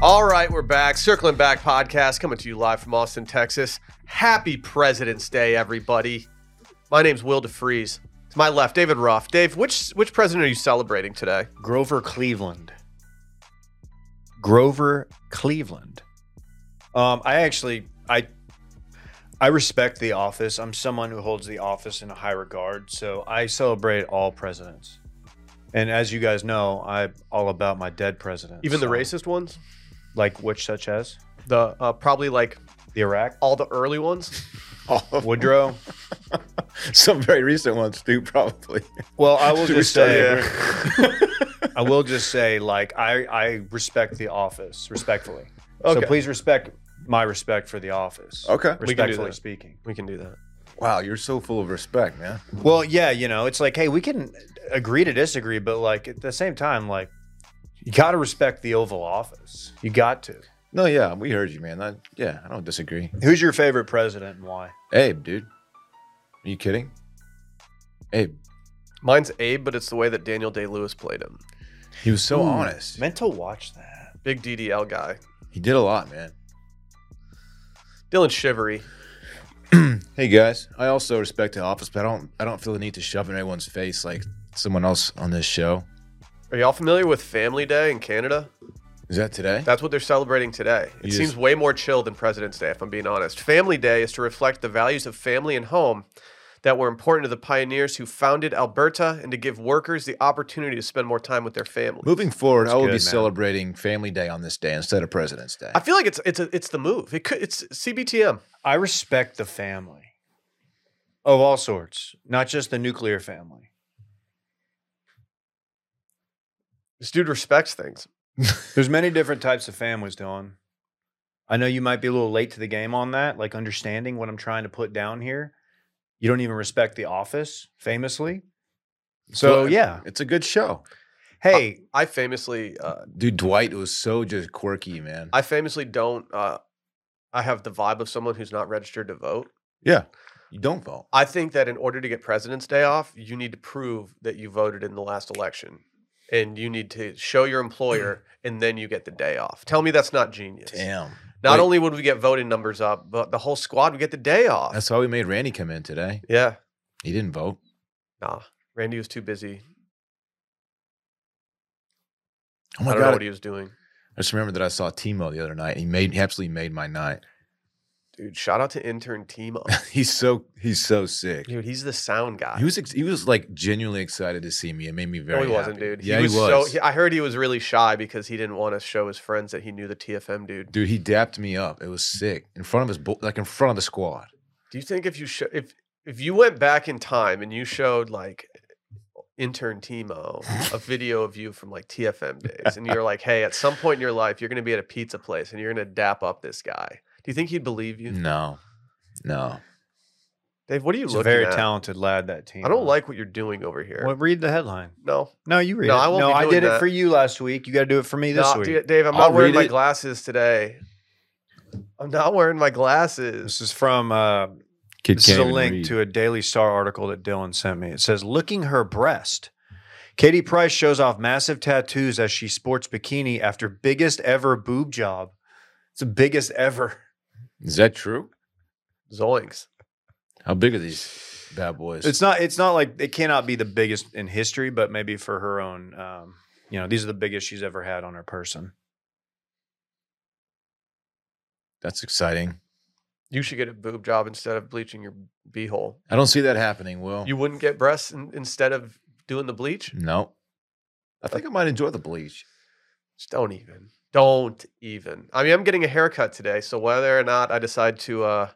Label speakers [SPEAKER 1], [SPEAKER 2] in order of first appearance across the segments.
[SPEAKER 1] All right, we're back. Circling Back podcast coming to you live from Austin, Texas. Happy President's Day, everybody. My name's Will DeFries. To my left, David Ruff. Dave, which which president are you celebrating today?
[SPEAKER 2] Grover Cleveland. Grover Cleveland. Um, I actually I I respect the office. I'm someone who holds the office in a high regard, so I celebrate all presidents. And as you guys know, I'm all about my dead presidents.
[SPEAKER 1] Even the
[SPEAKER 2] so-
[SPEAKER 1] racist ones?
[SPEAKER 2] like which, such as
[SPEAKER 1] The uh, probably like
[SPEAKER 2] the Iraq,
[SPEAKER 1] all the early ones.
[SPEAKER 3] All of
[SPEAKER 2] Woodrow.
[SPEAKER 3] some very recent ones too, probably.
[SPEAKER 2] Well, I will
[SPEAKER 3] Should we
[SPEAKER 2] just
[SPEAKER 3] start
[SPEAKER 2] say,
[SPEAKER 3] here?
[SPEAKER 2] I will just say, like I, I respect the office respectfully.
[SPEAKER 1] Okay.
[SPEAKER 2] So please respect my respect for the office.
[SPEAKER 3] Okay.
[SPEAKER 1] We can do
[SPEAKER 2] respectfully
[SPEAKER 1] that.
[SPEAKER 2] speaking.
[SPEAKER 1] We can do that.
[SPEAKER 3] Wow, you're so full of respect, man.
[SPEAKER 2] Well, yeah, you know, it's like, hey, we can agree to disagree, but like at the same time, like you got to respect the Oval Office. You got to.
[SPEAKER 3] No, yeah, we heard you, man. I, yeah, I don't disagree.
[SPEAKER 2] Who's your favorite president and why?
[SPEAKER 3] Abe, dude. Are you kidding? Abe.
[SPEAKER 1] Mine's Abe, but it's the way that Daniel Day Lewis played him.
[SPEAKER 3] He was so
[SPEAKER 2] Hmm.
[SPEAKER 3] honest.
[SPEAKER 2] Meant to watch that.
[SPEAKER 1] Big DDL guy.
[SPEAKER 3] He did a lot, man.
[SPEAKER 1] Dylan Shivery.
[SPEAKER 3] Hey guys, I also respect the office, but I don't I don't feel the need to shove it in everyone's face like someone else on this show.
[SPEAKER 1] Are y'all familiar with Family Day in Canada?
[SPEAKER 3] Is that today?
[SPEAKER 1] That's what they're celebrating today. It
[SPEAKER 3] Yes.
[SPEAKER 1] seems way more chill than President's Day, if I'm being honest. Family Day is to reflect the values of family and home that were important to the pioneers who founded Alberta and to give workers the opportunity to spend more time with their family.
[SPEAKER 3] Moving forward, I will
[SPEAKER 2] good,
[SPEAKER 3] be
[SPEAKER 2] man.
[SPEAKER 3] celebrating Family Day on this day instead of President's Day.
[SPEAKER 1] I feel like it's it's a, it's the move. It could, it's CBTM.
[SPEAKER 2] I respect the family of all sorts, not just the nuclear family.
[SPEAKER 1] This dude respects things.
[SPEAKER 2] There's many different types of families, Dylan. I know you might be a little late to the game on that, like understanding what I'm trying to put down here. You don't even respect the office, famously. So,
[SPEAKER 3] But
[SPEAKER 2] yeah.
[SPEAKER 3] It's a good show.
[SPEAKER 2] Hey,
[SPEAKER 1] I famously uh,
[SPEAKER 3] Dude, Dwight was so just quirky, man.
[SPEAKER 1] I famously don't. Uh, I have the vibe of someone who's not registered to vote.
[SPEAKER 3] yeah. You don't vote.
[SPEAKER 1] I think that in order to get President's Day off, you need to prove that you voted in the last election, and you need to show your employer, and then you get the day off. Tell me that's not genius.
[SPEAKER 3] Damn.
[SPEAKER 1] Not
[SPEAKER 3] Wait.
[SPEAKER 1] only would we get voting numbers up, but the whole squad would get the day off.
[SPEAKER 3] That's why we made Randy come in today.
[SPEAKER 1] yeah,
[SPEAKER 3] He didn't vote.
[SPEAKER 1] nah. Randy was too busy. I
[SPEAKER 3] Oh my
[SPEAKER 1] don't know
[SPEAKER 3] god!
[SPEAKER 1] what he was doing.
[SPEAKER 3] I just remembered that I saw Timo the other night. He made he absolutely made my night.
[SPEAKER 1] Dude, shout out to intern Timo.
[SPEAKER 3] He's so he's so sick.
[SPEAKER 1] Dude, he's the sound guy.
[SPEAKER 3] He was ex- he was like genuinely excited to see me. It made me
[SPEAKER 1] no,
[SPEAKER 3] very.
[SPEAKER 1] Oh, he wasn't,
[SPEAKER 3] happy.
[SPEAKER 1] dude.
[SPEAKER 3] Yeah,
[SPEAKER 1] he
[SPEAKER 3] he
[SPEAKER 1] was.
[SPEAKER 3] was.
[SPEAKER 1] So, he- I heard he was really shy because he didn't want to show his friends that he knew the TFM dude.
[SPEAKER 3] dude, he dapped me up. It was sick in front of his bo- like in front of the squad.
[SPEAKER 1] Do you think if you show if if you went back in time and you showed like intern Timo a video of you from like TFM days and you're like, hey, at some point in your life you're gonna be at a pizza place and you're gonna dap up this guy. Do you think he'd believe you?
[SPEAKER 3] No, no.
[SPEAKER 1] Dave, what are you
[SPEAKER 2] he's a
[SPEAKER 1] looking
[SPEAKER 2] very
[SPEAKER 1] at?
[SPEAKER 2] talented lad, that team.
[SPEAKER 1] I don't like what you're doing over here.
[SPEAKER 2] Well, read the headline.
[SPEAKER 1] No,
[SPEAKER 2] No, you read
[SPEAKER 1] No,
[SPEAKER 2] it.
[SPEAKER 1] I won't
[SPEAKER 2] no,
[SPEAKER 1] be
[SPEAKER 2] I
[SPEAKER 1] doing
[SPEAKER 2] did
[SPEAKER 1] that.
[SPEAKER 2] it for you last week. You got to do it for me this
[SPEAKER 1] no,
[SPEAKER 2] week.
[SPEAKER 1] D- Dave, I'm
[SPEAKER 3] I'll
[SPEAKER 1] not wearing
[SPEAKER 3] read
[SPEAKER 1] my
[SPEAKER 3] it.
[SPEAKER 1] glasses today. I'm not wearing my
[SPEAKER 2] This
[SPEAKER 1] glasses.
[SPEAKER 2] is from uh,
[SPEAKER 3] Kid
[SPEAKER 2] This is a link to a Daily Star article that Dylan sent me. It says, "Licking her breast." Katie Price shows off massive tattoos as she sports bikini after biggest ever boob job. It's the biggest ever.
[SPEAKER 3] Is that true?
[SPEAKER 1] Zoinks.
[SPEAKER 3] How big are these bad boys?
[SPEAKER 2] It's not. It's not like it cannot be the biggest in history, but maybe for her own. Um, you know, these are the biggest she's ever had on her person.
[SPEAKER 3] That's exciting.
[SPEAKER 1] You should get a boob job instead of bleaching your beehole.
[SPEAKER 3] I don't see that happening.
[SPEAKER 2] Oh.
[SPEAKER 3] Will
[SPEAKER 1] You wouldn't get breasts in, instead of doing the bleach?
[SPEAKER 3] No. I think I might enjoy the bleach.
[SPEAKER 1] Just don't even. Don't even. I mean, I'm getting a haircut today, so whether or not I decide to uh,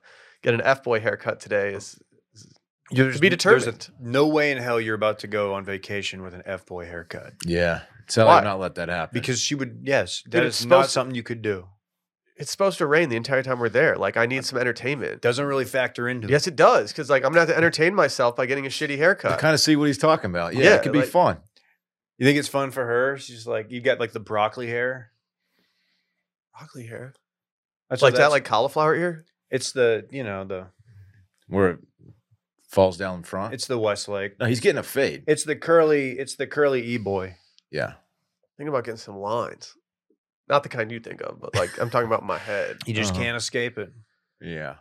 [SPEAKER 1] get an F boy haircut today is
[SPEAKER 2] Oh, There's,
[SPEAKER 1] be
[SPEAKER 2] there's
[SPEAKER 1] determined.
[SPEAKER 2] a, no way in hell you're about to go on vacation with an f boy haircut
[SPEAKER 3] Yeah. Tell
[SPEAKER 1] Why?
[SPEAKER 3] her not let that happen.
[SPEAKER 2] because she would. Yes, that
[SPEAKER 1] Dude,
[SPEAKER 2] is
[SPEAKER 1] it's supposed
[SPEAKER 2] not
[SPEAKER 1] to-
[SPEAKER 2] something you could do.
[SPEAKER 1] it's supposed to rain the entire time we're there. Like I need some entertainment.
[SPEAKER 2] Doesn't really factor into
[SPEAKER 1] Yes, it does, because like I'm gonna have to entertain myself by getting a shitty
[SPEAKER 3] I
[SPEAKER 1] haircut.
[SPEAKER 3] kind of see what he's talking about. Yeah,
[SPEAKER 1] Yeah,
[SPEAKER 3] it could be
[SPEAKER 1] like-
[SPEAKER 3] fun.
[SPEAKER 2] You think it's fun for her? She's like, you got like the broccoli hair.
[SPEAKER 1] broccoli hair,
[SPEAKER 2] That's
[SPEAKER 1] like
[SPEAKER 2] what
[SPEAKER 1] that,
[SPEAKER 2] that's-
[SPEAKER 1] like cauliflower ear.
[SPEAKER 2] it's the you know the
[SPEAKER 3] Where it falls down in front.
[SPEAKER 2] it's the Westlake.
[SPEAKER 3] no, he's getting a fade.
[SPEAKER 2] It's the curly. It's the curly e boy.
[SPEAKER 3] yeah.
[SPEAKER 1] Think about getting some lines. Not the kind you think of, but like I'm talking about in my head.
[SPEAKER 2] You just
[SPEAKER 3] Uh-huh.
[SPEAKER 2] can't escape it.
[SPEAKER 3] Yeah.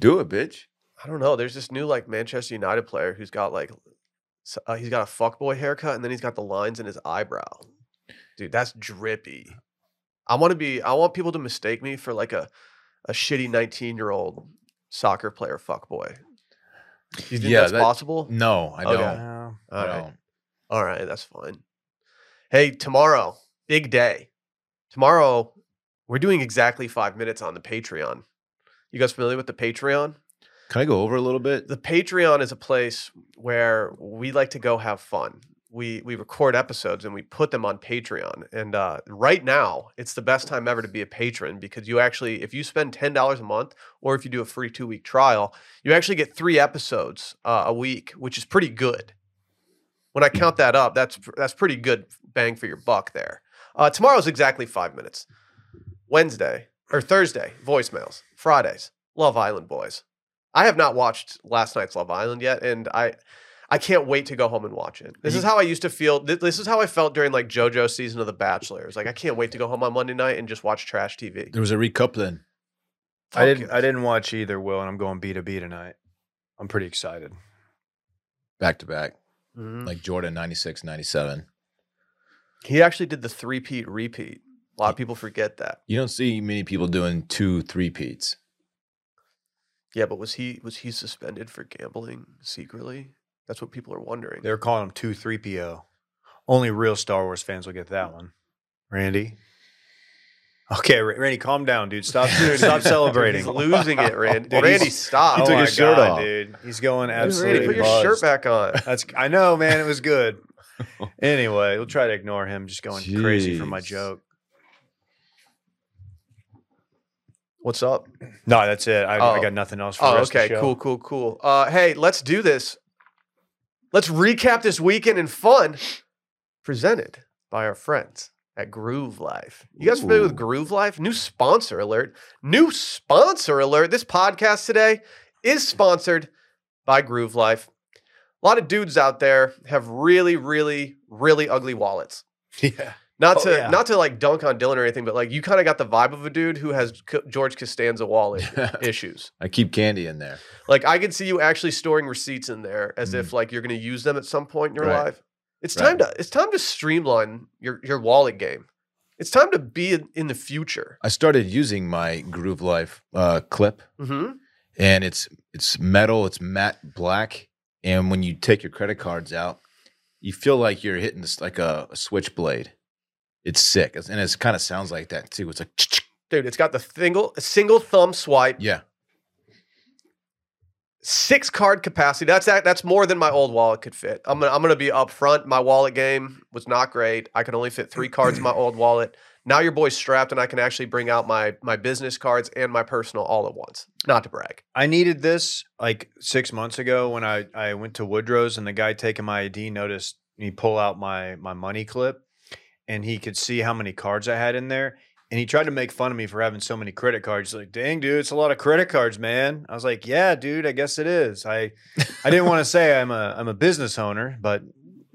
[SPEAKER 3] Do it, bitch.
[SPEAKER 1] I don't know. There's this new like Manchester United player who's got like s- uh, he's got a fuckboy haircut and then he's got the lines in his eyebrow. Dude, that's drippy. I want to be I want people to mistake me for like a a shitty 19-year-old soccer player fuckboy. Do you think
[SPEAKER 3] Yeah,
[SPEAKER 1] that's
[SPEAKER 3] that-
[SPEAKER 1] possible?
[SPEAKER 3] No, I
[SPEAKER 1] Okay.
[SPEAKER 3] don't.
[SPEAKER 2] No.
[SPEAKER 3] I
[SPEAKER 1] All right.
[SPEAKER 3] don't.
[SPEAKER 1] All right, that's fine. Hey, tomorrow, big day. Tomorrow, we're doing exactly 5 minutes on the Patreon. You guys familiar with the Patreon?
[SPEAKER 3] Can I go over a little bit?
[SPEAKER 1] the Patreon is a place where we like to go have fun. We we record episodes and we put them on Patreon. And uh, right now, it's the best time ever to be a patron because you actually, if you spend ten dollars a month, or if you do a free two week trial, you actually get three episodes uh, a week, which is pretty good. When I count that up, that's pr- that's pretty good bang for your buck there. Uh, tomorrow's exactly five minutes. Wednesday or Thursday, voicemails. Fridays, Love Island boys. I have not watched last night's Love Island yet, and I I can't wait to go home and watch it. This is how I used to feel. thi- This is how I felt during like JoJo's season of The Bachelor. It's like I can't wait to go home on Monday night and just watch trash TV.
[SPEAKER 3] There was a recoupling.
[SPEAKER 2] I
[SPEAKER 1] Fuck
[SPEAKER 2] didn't.
[SPEAKER 1] yes.
[SPEAKER 2] I didn't watch either. Will and I'm going B to B tonight. I'm pretty excited.
[SPEAKER 3] Back to back,
[SPEAKER 1] Mhm.
[SPEAKER 3] like Jordan 96, 97.
[SPEAKER 1] He actually did the three peat repeat. A lot of people forget that.
[SPEAKER 3] You don't see many people doing two three peats.
[SPEAKER 1] Yeah, but was he was he suspended for gambling secretly? That's what people are wondering.
[SPEAKER 2] They're calling him two three PO. Only real Star Wars fans will get that one. Randy. Okay, Ra- Randy, calm down, dude. Stop. stop celebrating.
[SPEAKER 1] He's losing it, Randy.
[SPEAKER 3] Dude,
[SPEAKER 1] Randy,
[SPEAKER 3] he's-
[SPEAKER 1] stop. Oh
[SPEAKER 3] He took
[SPEAKER 2] Oh my
[SPEAKER 3] his shirt
[SPEAKER 2] God,
[SPEAKER 3] off.
[SPEAKER 2] dude. He's going absolutely.
[SPEAKER 1] Randy, put your shirt
[SPEAKER 2] buzzed.
[SPEAKER 1] back on.
[SPEAKER 2] That's I know, man. It was good. anyway, we'll try to ignore him just going crazy for my
[SPEAKER 3] Jeez.
[SPEAKER 2] joke.
[SPEAKER 1] What's up?
[SPEAKER 2] No, that's it. I, I
[SPEAKER 1] Oh.
[SPEAKER 2] got nothing else for the
[SPEAKER 1] Oh,
[SPEAKER 2] rest of the
[SPEAKER 1] okay,
[SPEAKER 2] show.
[SPEAKER 1] cool, cool, cool. Uh, hey, let's do this. Let's recap this weekend in fun, presented by our friends at Groove Life. You guys familiar with
[SPEAKER 3] Ooh.
[SPEAKER 1] Groove Life? New sponsor alert. New sponsor alert. This podcast today is sponsored by Groove Life. A lot of dudes out there have really, really, really ugly wallets
[SPEAKER 2] Yeah.
[SPEAKER 1] not
[SPEAKER 2] Oh,
[SPEAKER 1] to
[SPEAKER 2] yeah.
[SPEAKER 1] not to like dunk on Dylan or anything, but like you kind of got the vibe of a dude who has C- George Costanza wallet issues.
[SPEAKER 3] I keep candy in there.
[SPEAKER 1] Like I can see you actually storing receipts in there as if like you're going to use them at some point in your
[SPEAKER 3] Right.
[SPEAKER 1] life. It's
[SPEAKER 3] Right.
[SPEAKER 1] time to it's time to streamline your your wallet game. It's time to be in, in the future.
[SPEAKER 3] I started using my Groove Life uh, clip,
[SPEAKER 1] hmm
[SPEAKER 3] and it's it's metal, it's matte black, and when you take your credit cards out, you feel like you're hitting this like a, a switchblade. It's sick, It's- and it kind of sounds like that too. It's like
[SPEAKER 1] Dude, it's got the single single thumb swipe,
[SPEAKER 3] yeah,
[SPEAKER 1] six card capacity. That's that, that's more than my old wallet could fit. I'm gonna I'm gonna be upfront. My wallet game was not great. I could only fit three cards in my old wallet. Now your boy's strapped, and I can actually bring out my my business cards and my personal all at once. Not to brag.
[SPEAKER 2] I needed this like six months ago when I, I went to Woodrow's and the guy taking my ID noticed me pull out my my money clip and he could see how many cards I had in there. And he tried to make fun of me for having so many credit cards. He's like, dang, dude, it's a lot of credit cards, man. I was like, yeah, dude, I guess it is. I I didn't want to say I'm a I'm a business owner, but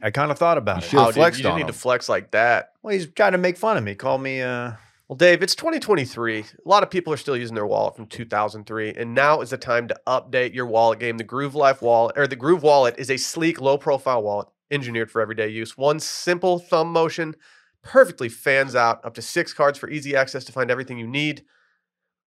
[SPEAKER 2] I kind of thought about
[SPEAKER 3] You
[SPEAKER 1] dude,
[SPEAKER 2] it.
[SPEAKER 3] should. Dude, flexed
[SPEAKER 1] you didn't
[SPEAKER 3] on
[SPEAKER 1] need to
[SPEAKER 3] him.
[SPEAKER 1] flex like that.
[SPEAKER 2] Well, he's trying to make fun of me. Call me uh
[SPEAKER 1] Well, Dave, it's 2023. A lot of people are still using their wallet from 2003, and now is the time to update your wallet game. The Groove Life wallet or the Groove Wallet is a sleek, low-profile wallet engineered for everyday use. One simple thumb motion perfectly fans out up to 6 cards for easy access to find everything you need.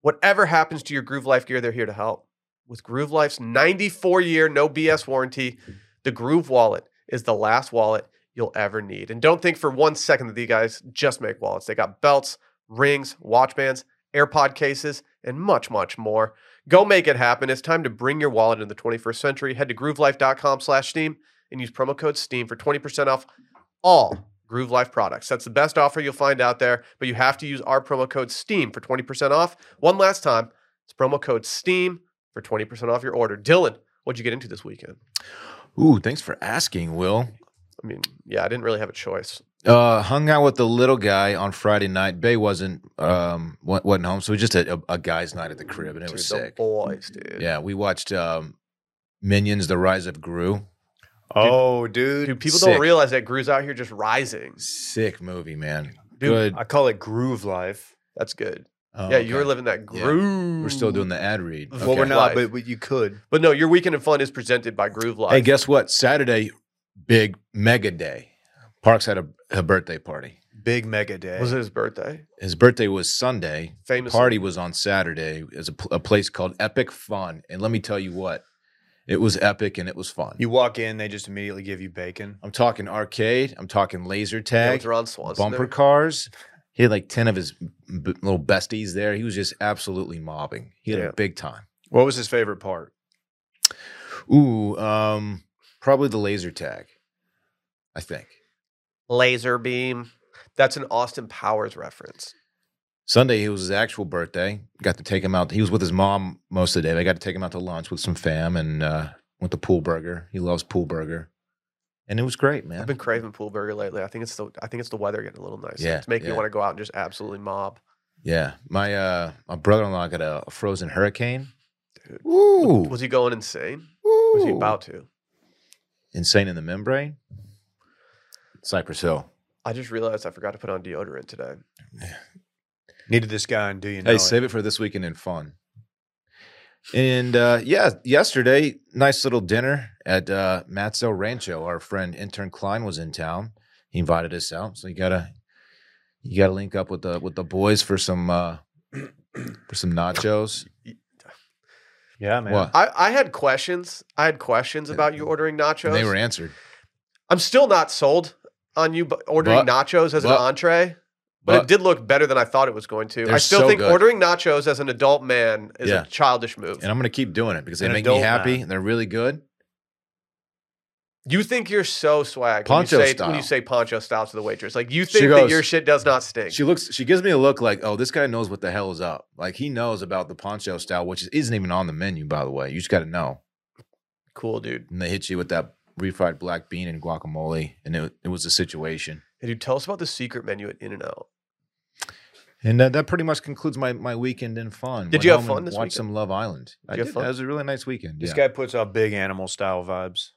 [SPEAKER 1] Whatever happens to your Groove Life gear, they're here to help. With Groove Life's 94-year no BS warranty, the Groove Wallet is the last wallet you'll ever need. And don't think for one second that these guys just make wallets. They got belts rings, watch bands, AirPod cases, and much, much more. Go make it happen. It's time to bring your wallet into the 21st century. Head to groovelife.com slash Steam and use promo code STEAM for 20% off all Groove Life products. That's the best offer you'll find out there, but you have to use our promo code STEAM for 20% off. One last time, it's promo code STEAM for 20% off your order. Dylan, what'd you get into this weekend?
[SPEAKER 3] Ooh, thanks for asking, Will.
[SPEAKER 1] I mean, yeah, I didn't really have a choice.
[SPEAKER 3] Uh, hung out with the little guy on Friday night. Bay wasn't um wa- wasn't home, so it was just a, a, a guy's night at the crib, and it
[SPEAKER 1] Dude,
[SPEAKER 3] was
[SPEAKER 1] the
[SPEAKER 3] sick.
[SPEAKER 1] boys, dude.
[SPEAKER 3] Yeah, we watched um Minions: The Rise of Gru.
[SPEAKER 2] Oh, dude.
[SPEAKER 1] Dude, people
[SPEAKER 3] Sick.
[SPEAKER 1] don't realize that Gru's out here just rising.
[SPEAKER 3] Sick movie, man.
[SPEAKER 2] Dude,
[SPEAKER 3] Good.
[SPEAKER 2] I call it groove life.
[SPEAKER 1] That's good.
[SPEAKER 3] Oh,
[SPEAKER 1] yeah, you were
[SPEAKER 3] okay.
[SPEAKER 1] living that
[SPEAKER 3] Yeah.
[SPEAKER 1] groove.
[SPEAKER 3] We're still doing the ad read.
[SPEAKER 1] Well,
[SPEAKER 2] Well, we're
[SPEAKER 1] Okay.
[SPEAKER 2] not,
[SPEAKER 1] Life.
[SPEAKER 2] but, but you could.
[SPEAKER 1] But no, your weekend in fun is presented by Groove Life.
[SPEAKER 3] Hey, guess what? Saturday, big mega day. Parks had a, a birthday party.
[SPEAKER 2] Big mega day.
[SPEAKER 1] was it his birthday?
[SPEAKER 3] His birthday was Sunday.
[SPEAKER 1] Famous
[SPEAKER 3] Party was on Saturday. As a, pl- a place called Epic Fun, and let me tell you what, it was epic and it was fun.
[SPEAKER 2] You walk in, they just immediately give you bacon.
[SPEAKER 3] I'm talking arcade. I'm talking laser
[SPEAKER 1] yeah,
[SPEAKER 3] tag,
[SPEAKER 1] with Ron Swanson.
[SPEAKER 3] bumper
[SPEAKER 1] there.
[SPEAKER 3] cars. He had like ten of his b- little besties there. He was just absolutely mobbing. He had
[SPEAKER 1] Yeah.
[SPEAKER 3] a big time.
[SPEAKER 2] What was his favorite part?
[SPEAKER 3] Ooh, um, probably the laser tag. I think
[SPEAKER 1] laser beam. That's an Austin Powers reference.
[SPEAKER 3] Sunday it was his actual birthday. Got to take him out. He was with his mom most of the day. but I got to take him out to lunch with some fam and uh, went to Pool Burger. He loves Pool Burger, and it was great, man.
[SPEAKER 1] I've been craving pool burger lately. I think it's the I think it's the weather getting a little nicer.
[SPEAKER 3] Yeah,
[SPEAKER 1] it's making
[SPEAKER 3] yeah.
[SPEAKER 1] you want to go out and just absolutely mob.
[SPEAKER 3] yeah, my uh, my brother in law got a, a frozen hurricane.
[SPEAKER 1] Dude,
[SPEAKER 3] Ooh,
[SPEAKER 1] Was he going insane? Was he
[SPEAKER 3] ooh.
[SPEAKER 1] about to?
[SPEAKER 3] insane in the membrane? Cypress Hill.
[SPEAKER 1] I just realized I forgot to put on deodorant today.
[SPEAKER 2] Needed this guy, and do you know?
[SPEAKER 3] Hey,
[SPEAKER 2] it?
[SPEAKER 3] save it for this weekend in fun. And uh, yeah, yesterday, nice little dinner at uh, Matt's El Rancho. Our friend intern Klein was in town. He invited us out, so you gotta you gotta link up with the with the boys for some uh, for some nachos.
[SPEAKER 2] Yeah, man.
[SPEAKER 3] What?
[SPEAKER 1] I, I had questions. I had questions about you ordering nachos.
[SPEAKER 3] And they were answered.
[SPEAKER 1] I'm still not sold on you bu- ordering
[SPEAKER 3] But-
[SPEAKER 1] nachos as
[SPEAKER 3] but-
[SPEAKER 1] an entree, but,
[SPEAKER 3] But
[SPEAKER 1] it did look better than I thought it was going to. I
[SPEAKER 3] They're
[SPEAKER 1] still
[SPEAKER 3] so
[SPEAKER 1] think
[SPEAKER 3] good.
[SPEAKER 1] ordering nachos as an adult man is
[SPEAKER 3] Yeah.
[SPEAKER 1] a childish move.
[SPEAKER 3] and I'm gonna keep doing it because they
[SPEAKER 2] An
[SPEAKER 3] make me
[SPEAKER 2] adult
[SPEAKER 3] happy.
[SPEAKER 2] man.
[SPEAKER 3] They're really good.
[SPEAKER 1] You think you're so swag
[SPEAKER 3] Poncho
[SPEAKER 1] when you say
[SPEAKER 3] style.
[SPEAKER 1] when you say poncho style to the waitress. Like you think that
[SPEAKER 3] goes-
[SPEAKER 1] your shit does not stink.
[SPEAKER 3] She looks. She gives me a look like, "Oh, this guy knows what the hell is up." Like he knows about the poncho style, which isn't even on the menu, by the way. You just got to know.
[SPEAKER 1] cool, dude.
[SPEAKER 3] and they hit you with that refried black bean and guacamole, and it, it was a situation.
[SPEAKER 1] Hey, dude, tell us about the secret menu at In and Out.
[SPEAKER 3] And uh, that pretty much concludes my, my weekend in fun.
[SPEAKER 1] Did you have
[SPEAKER 3] home
[SPEAKER 1] fun
[SPEAKER 3] and
[SPEAKER 1] this
[SPEAKER 3] watched
[SPEAKER 1] weekend?
[SPEAKER 3] some Love Island.
[SPEAKER 1] Did
[SPEAKER 3] I
[SPEAKER 1] you have
[SPEAKER 3] did.
[SPEAKER 1] fun?
[SPEAKER 3] That was a really nice weekend.
[SPEAKER 2] This
[SPEAKER 3] yeah.
[SPEAKER 2] guy puts out big animal style vibes.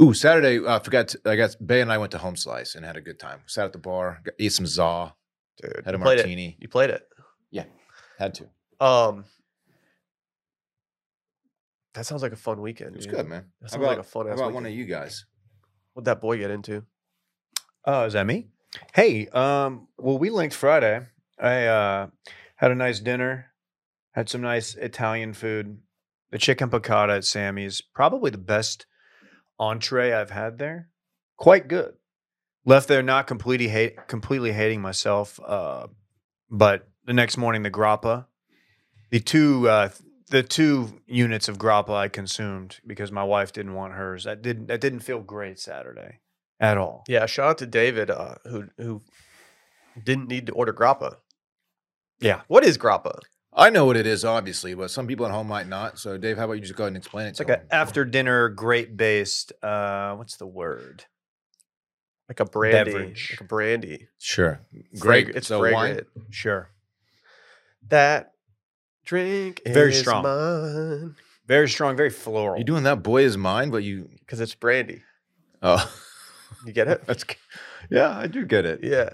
[SPEAKER 3] Ooh, Saturday. uh, I forgot. To, I got Bay and I went to Home Slice and had a good time. Sat at the bar, got, ate some za,
[SPEAKER 1] Dude,
[SPEAKER 3] had a
[SPEAKER 1] you played it.
[SPEAKER 3] martini.
[SPEAKER 1] You played it.
[SPEAKER 3] Had to. It
[SPEAKER 1] Um That sounds like a fun weekend.
[SPEAKER 3] was
[SPEAKER 1] dude.
[SPEAKER 3] good, man.
[SPEAKER 1] That
[SPEAKER 3] How
[SPEAKER 1] sounds
[SPEAKER 3] about,
[SPEAKER 1] like a fun
[SPEAKER 3] how
[SPEAKER 1] ass
[SPEAKER 3] about one
[SPEAKER 1] weekend.
[SPEAKER 3] of you guys?
[SPEAKER 1] What'd that boy get into?
[SPEAKER 2] Oh, is that me? Hey, um, well, we linked Friday. I uh, had a nice dinner, had some nice Italian food. The chicken piccata at Sammy's, probably the best entree I've had there. Quite good. Left there not completely hate, completely hating myself. Uh, but the next morning, the grappa, the two uh, the two units of grappa I consumed because my wife didn't want hers. That didn't that didn't feel great Saturday at all.
[SPEAKER 1] Yeah, shout out to David uh, who who didn't need to order grappa.
[SPEAKER 2] Yeah.
[SPEAKER 1] What is grappa?
[SPEAKER 3] I know what it is, obviously, but some people at home might not. So, Dave, how about you just go ahead and explain it?
[SPEAKER 2] It's
[SPEAKER 3] to
[SPEAKER 2] like an
[SPEAKER 3] them?
[SPEAKER 2] after dinner great based. Uh, what's the word?
[SPEAKER 1] Like a brandy.
[SPEAKER 2] Beverage.
[SPEAKER 1] Like a brandy.
[SPEAKER 3] sure.
[SPEAKER 1] Great.
[SPEAKER 3] Great.
[SPEAKER 1] it's
[SPEAKER 3] so wine.
[SPEAKER 1] fragrant.
[SPEAKER 2] Sure,
[SPEAKER 1] That drink
[SPEAKER 2] Very
[SPEAKER 1] is
[SPEAKER 2] strong.
[SPEAKER 1] mine.
[SPEAKER 2] very strong, very floral.
[SPEAKER 3] You doing that? Boy is mine, but you.
[SPEAKER 1] Because it's brandy.
[SPEAKER 3] Oh.
[SPEAKER 1] You get it?
[SPEAKER 3] That's yeah, I do get it.
[SPEAKER 1] Yeah.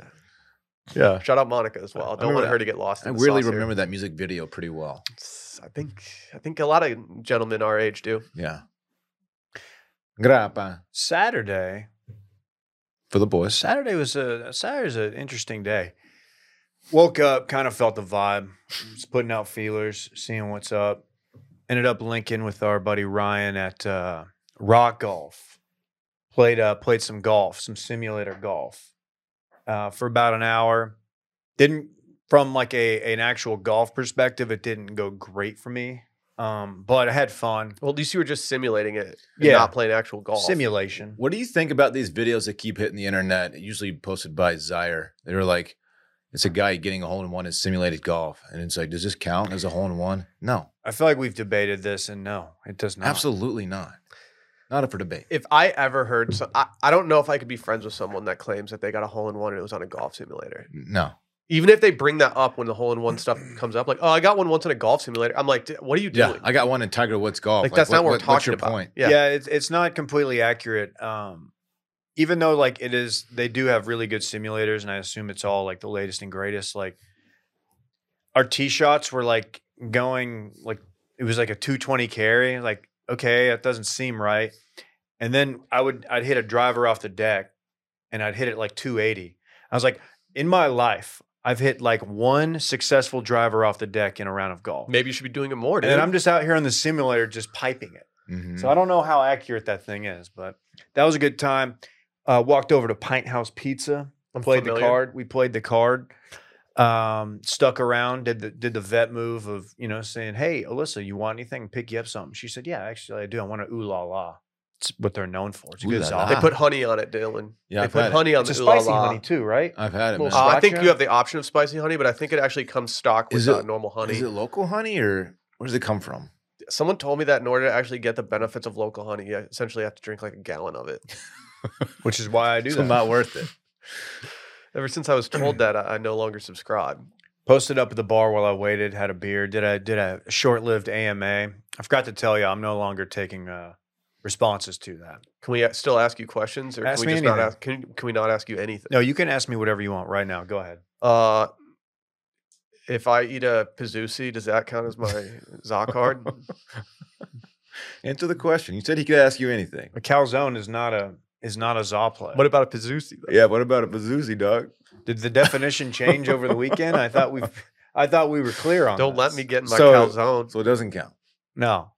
[SPEAKER 3] Yeah,
[SPEAKER 1] Shout out Monica as well. I don't
[SPEAKER 3] Uh, remember
[SPEAKER 1] want her
[SPEAKER 3] that.
[SPEAKER 1] to get lost.
[SPEAKER 3] I
[SPEAKER 1] In the
[SPEAKER 3] really
[SPEAKER 1] sauce here.
[SPEAKER 3] remember that music video pretty well.
[SPEAKER 1] It's- I think I think a lot of gentlemen our age do.
[SPEAKER 3] Yeah, grappa
[SPEAKER 2] Saturday.
[SPEAKER 3] for the boys.
[SPEAKER 2] Saturday was a Saturday's an interesting day. Woke up, kind of felt the vibe. Just putting out feelers, seeing what's up. Ended up linking with our buddy Ryan at uh, Rock Golf. Played uh, played some golf, some simulator golf, uh, for about an hour. Didn't from like a an actual golf perspective, it didn't go great for me. Um, but I had fun.
[SPEAKER 1] Well, at least you were just simulating it, and
[SPEAKER 2] Yeah.
[SPEAKER 1] not playing actual golf.
[SPEAKER 2] Simulation.
[SPEAKER 3] What do you think about these videos that keep hitting the internet? Usually posted by Zyre. They were like, it's a guy getting a hole in one in simulated golf, and it's like, does this count as a hole in one? No,
[SPEAKER 2] I feel like we've debated this, and no, it does not.
[SPEAKER 3] absolutely not. Not up for debate.
[SPEAKER 1] If I ever heard, so, I, I don't know if I could be friends with someone that claims that they got a hole in one and it was on a golf simulator.
[SPEAKER 3] No,
[SPEAKER 1] Even if they bring that up when the hole in one stuff comes up, like, oh, I got one once on a golf simulator. I'm like, "D- what are you
[SPEAKER 3] yeah,
[SPEAKER 1] doing?
[SPEAKER 3] I got one in Tiger Woods golf.
[SPEAKER 1] like, that's not Oh, what, we're
[SPEAKER 3] what's
[SPEAKER 1] talking
[SPEAKER 3] your
[SPEAKER 1] about.
[SPEAKER 3] Point?
[SPEAKER 2] Yeah,
[SPEAKER 1] Yeah.
[SPEAKER 2] it's it's not completely accurate. Um, even though like it is they do have really good simulators and i assume it's all like the latest and greatest like our tee shots were like going like it was like a 220 carry like okay that doesn't seem right and then i would i'd hit a driver off the deck and i'd hit it like 280 i was like in my life i've hit like one successful driver off the deck in a round of golf
[SPEAKER 1] Maybe you should be doing it more,
[SPEAKER 2] and
[SPEAKER 1] dude.
[SPEAKER 2] then i'm just out here on the simulator just piping it
[SPEAKER 3] Mhm.
[SPEAKER 1] Mm.
[SPEAKER 2] so I don't know how accurate that thing is, but that was a good time. Uh, walked over to Pint House Pizza.
[SPEAKER 1] I'm
[SPEAKER 2] played
[SPEAKER 1] familiar.
[SPEAKER 2] the card. We played the card. Um, stuck around. Did the did the vet move of you know saying, "Hey, Alyssa, you want anything? Pick you up something." She said, "Yeah, actually, I do. I want an ooh la la." It's what they're known for. It's a
[SPEAKER 3] Ooh
[SPEAKER 2] good
[SPEAKER 3] la
[SPEAKER 2] solid.
[SPEAKER 1] They
[SPEAKER 3] Ah.
[SPEAKER 1] put honey on it, Dylan.
[SPEAKER 3] Yeah,
[SPEAKER 1] they
[SPEAKER 3] I've
[SPEAKER 1] put
[SPEAKER 3] had it.
[SPEAKER 1] honey on
[SPEAKER 2] It's a
[SPEAKER 1] the ooh la
[SPEAKER 2] spicy
[SPEAKER 1] la.
[SPEAKER 2] honey too, right?
[SPEAKER 3] I've had it.
[SPEAKER 2] Little
[SPEAKER 3] Man.
[SPEAKER 1] Uh, I think
[SPEAKER 2] Sriracha?
[SPEAKER 1] you have the option of spicy honey, but I think it actually comes stock with
[SPEAKER 3] Is
[SPEAKER 1] uh,
[SPEAKER 3] it-
[SPEAKER 1] normal honey.
[SPEAKER 3] Is it local honey or where does it come from?
[SPEAKER 1] Someone told me that in order to actually get the benefits of local honey, you essentially have to drink like a gallon of it.
[SPEAKER 2] Which is why I do
[SPEAKER 3] It's
[SPEAKER 2] that.
[SPEAKER 3] not worth it.
[SPEAKER 1] Ever since I was told that, I, I no longer subscribe.
[SPEAKER 2] Posted up at the bar while I waited, had a beer, did a did a short lived AMA. I forgot to tell you, I'm no longer taking uh, responses to that.
[SPEAKER 1] Can we a- still ask you questions, or
[SPEAKER 2] Ask
[SPEAKER 1] can we
[SPEAKER 2] me
[SPEAKER 1] just not
[SPEAKER 2] anything.
[SPEAKER 1] ask? Can, can we not ask you anything?
[SPEAKER 2] No, you can ask me whatever you want right now. Go ahead.
[SPEAKER 1] Uh, if I eat a pizzucci, does that count as my za card?
[SPEAKER 3] Answer the question. You said he could ask you anything.
[SPEAKER 2] A calzone is not a is not a za play.
[SPEAKER 1] What about a pizzucci? though?
[SPEAKER 3] Yeah, what about a Bazoozi, dog?
[SPEAKER 2] Did the definition change over the weekend? I thought we I thought we were clear on.
[SPEAKER 1] Don't let
[SPEAKER 2] this.
[SPEAKER 1] me get in my
[SPEAKER 3] So-
[SPEAKER 1] calzone.
[SPEAKER 3] So it doesn't count.
[SPEAKER 2] No,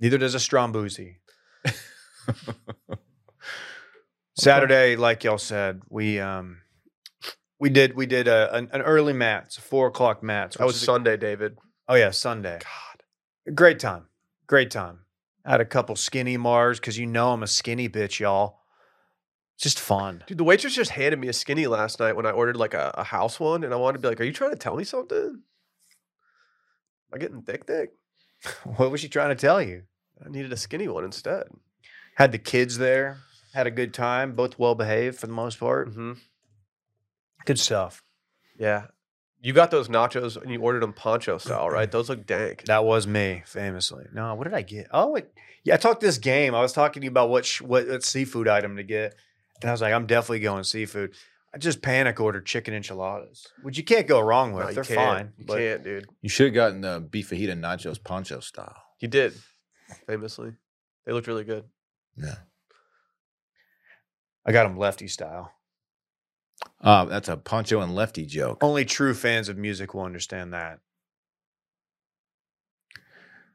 [SPEAKER 2] neither does a Strombuzi. Saturday, like y'all said, we um we did we did a an, an early mats, four o'clock mats.
[SPEAKER 1] That
[SPEAKER 2] which
[SPEAKER 1] was
[SPEAKER 2] is a-
[SPEAKER 1] Sunday, David.
[SPEAKER 2] oh yeah, Sunday.
[SPEAKER 1] God,
[SPEAKER 2] Great time. Great time. I had a couple skinny Mars because you know I'm a skinny bitch, y'all. It's just fun.
[SPEAKER 1] dude, the waitress just handed me a skinny last night when I ordered like a, a house one, and I wanted to be like, "Are you trying to tell me something? Am I getting thick, thick?
[SPEAKER 2] What was she trying to tell you?
[SPEAKER 1] I needed a skinny one instead."
[SPEAKER 2] Had the kids there, had a good time, both well behaved for the most part.
[SPEAKER 1] hmm
[SPEAKER 2] Mm-hmm. Good stuff.
[SPEAKER 1] Yeah, you got those nachos and you ordered them poncho style, right? Those look dank.
[SPEAKER 2] That was me, famously. No, what did I get? Oh, it, yeah, I talked this game. I was talking to you about what, sh- what what seafood item to get, and I was like, I'm definitely going seafood. I just panic ordered chicken enchiladas, which you can't go wrong with.
[SPEAKER 1] No, you
[SPEAKER 2] They're
[SPEAKER 1] can't.
[SPEAKER 2] fine,
[SPEAKER 1] You
[SPEAKER 2] but
[SPEAKER 1] can't, dude.
[SPEAKER 3] You should have gotten the beef fajita nachos poncho style.
[SPEAKER 1] You did, famously. They looked really good.
[SPEAKER 3] Yeah.
[SPEAKER 2] I got them lefty style.
[SPEAKER 3] Uh, that's a poncho and lefty joke.
[SPEAKER 2] Only true fans of music will understand that.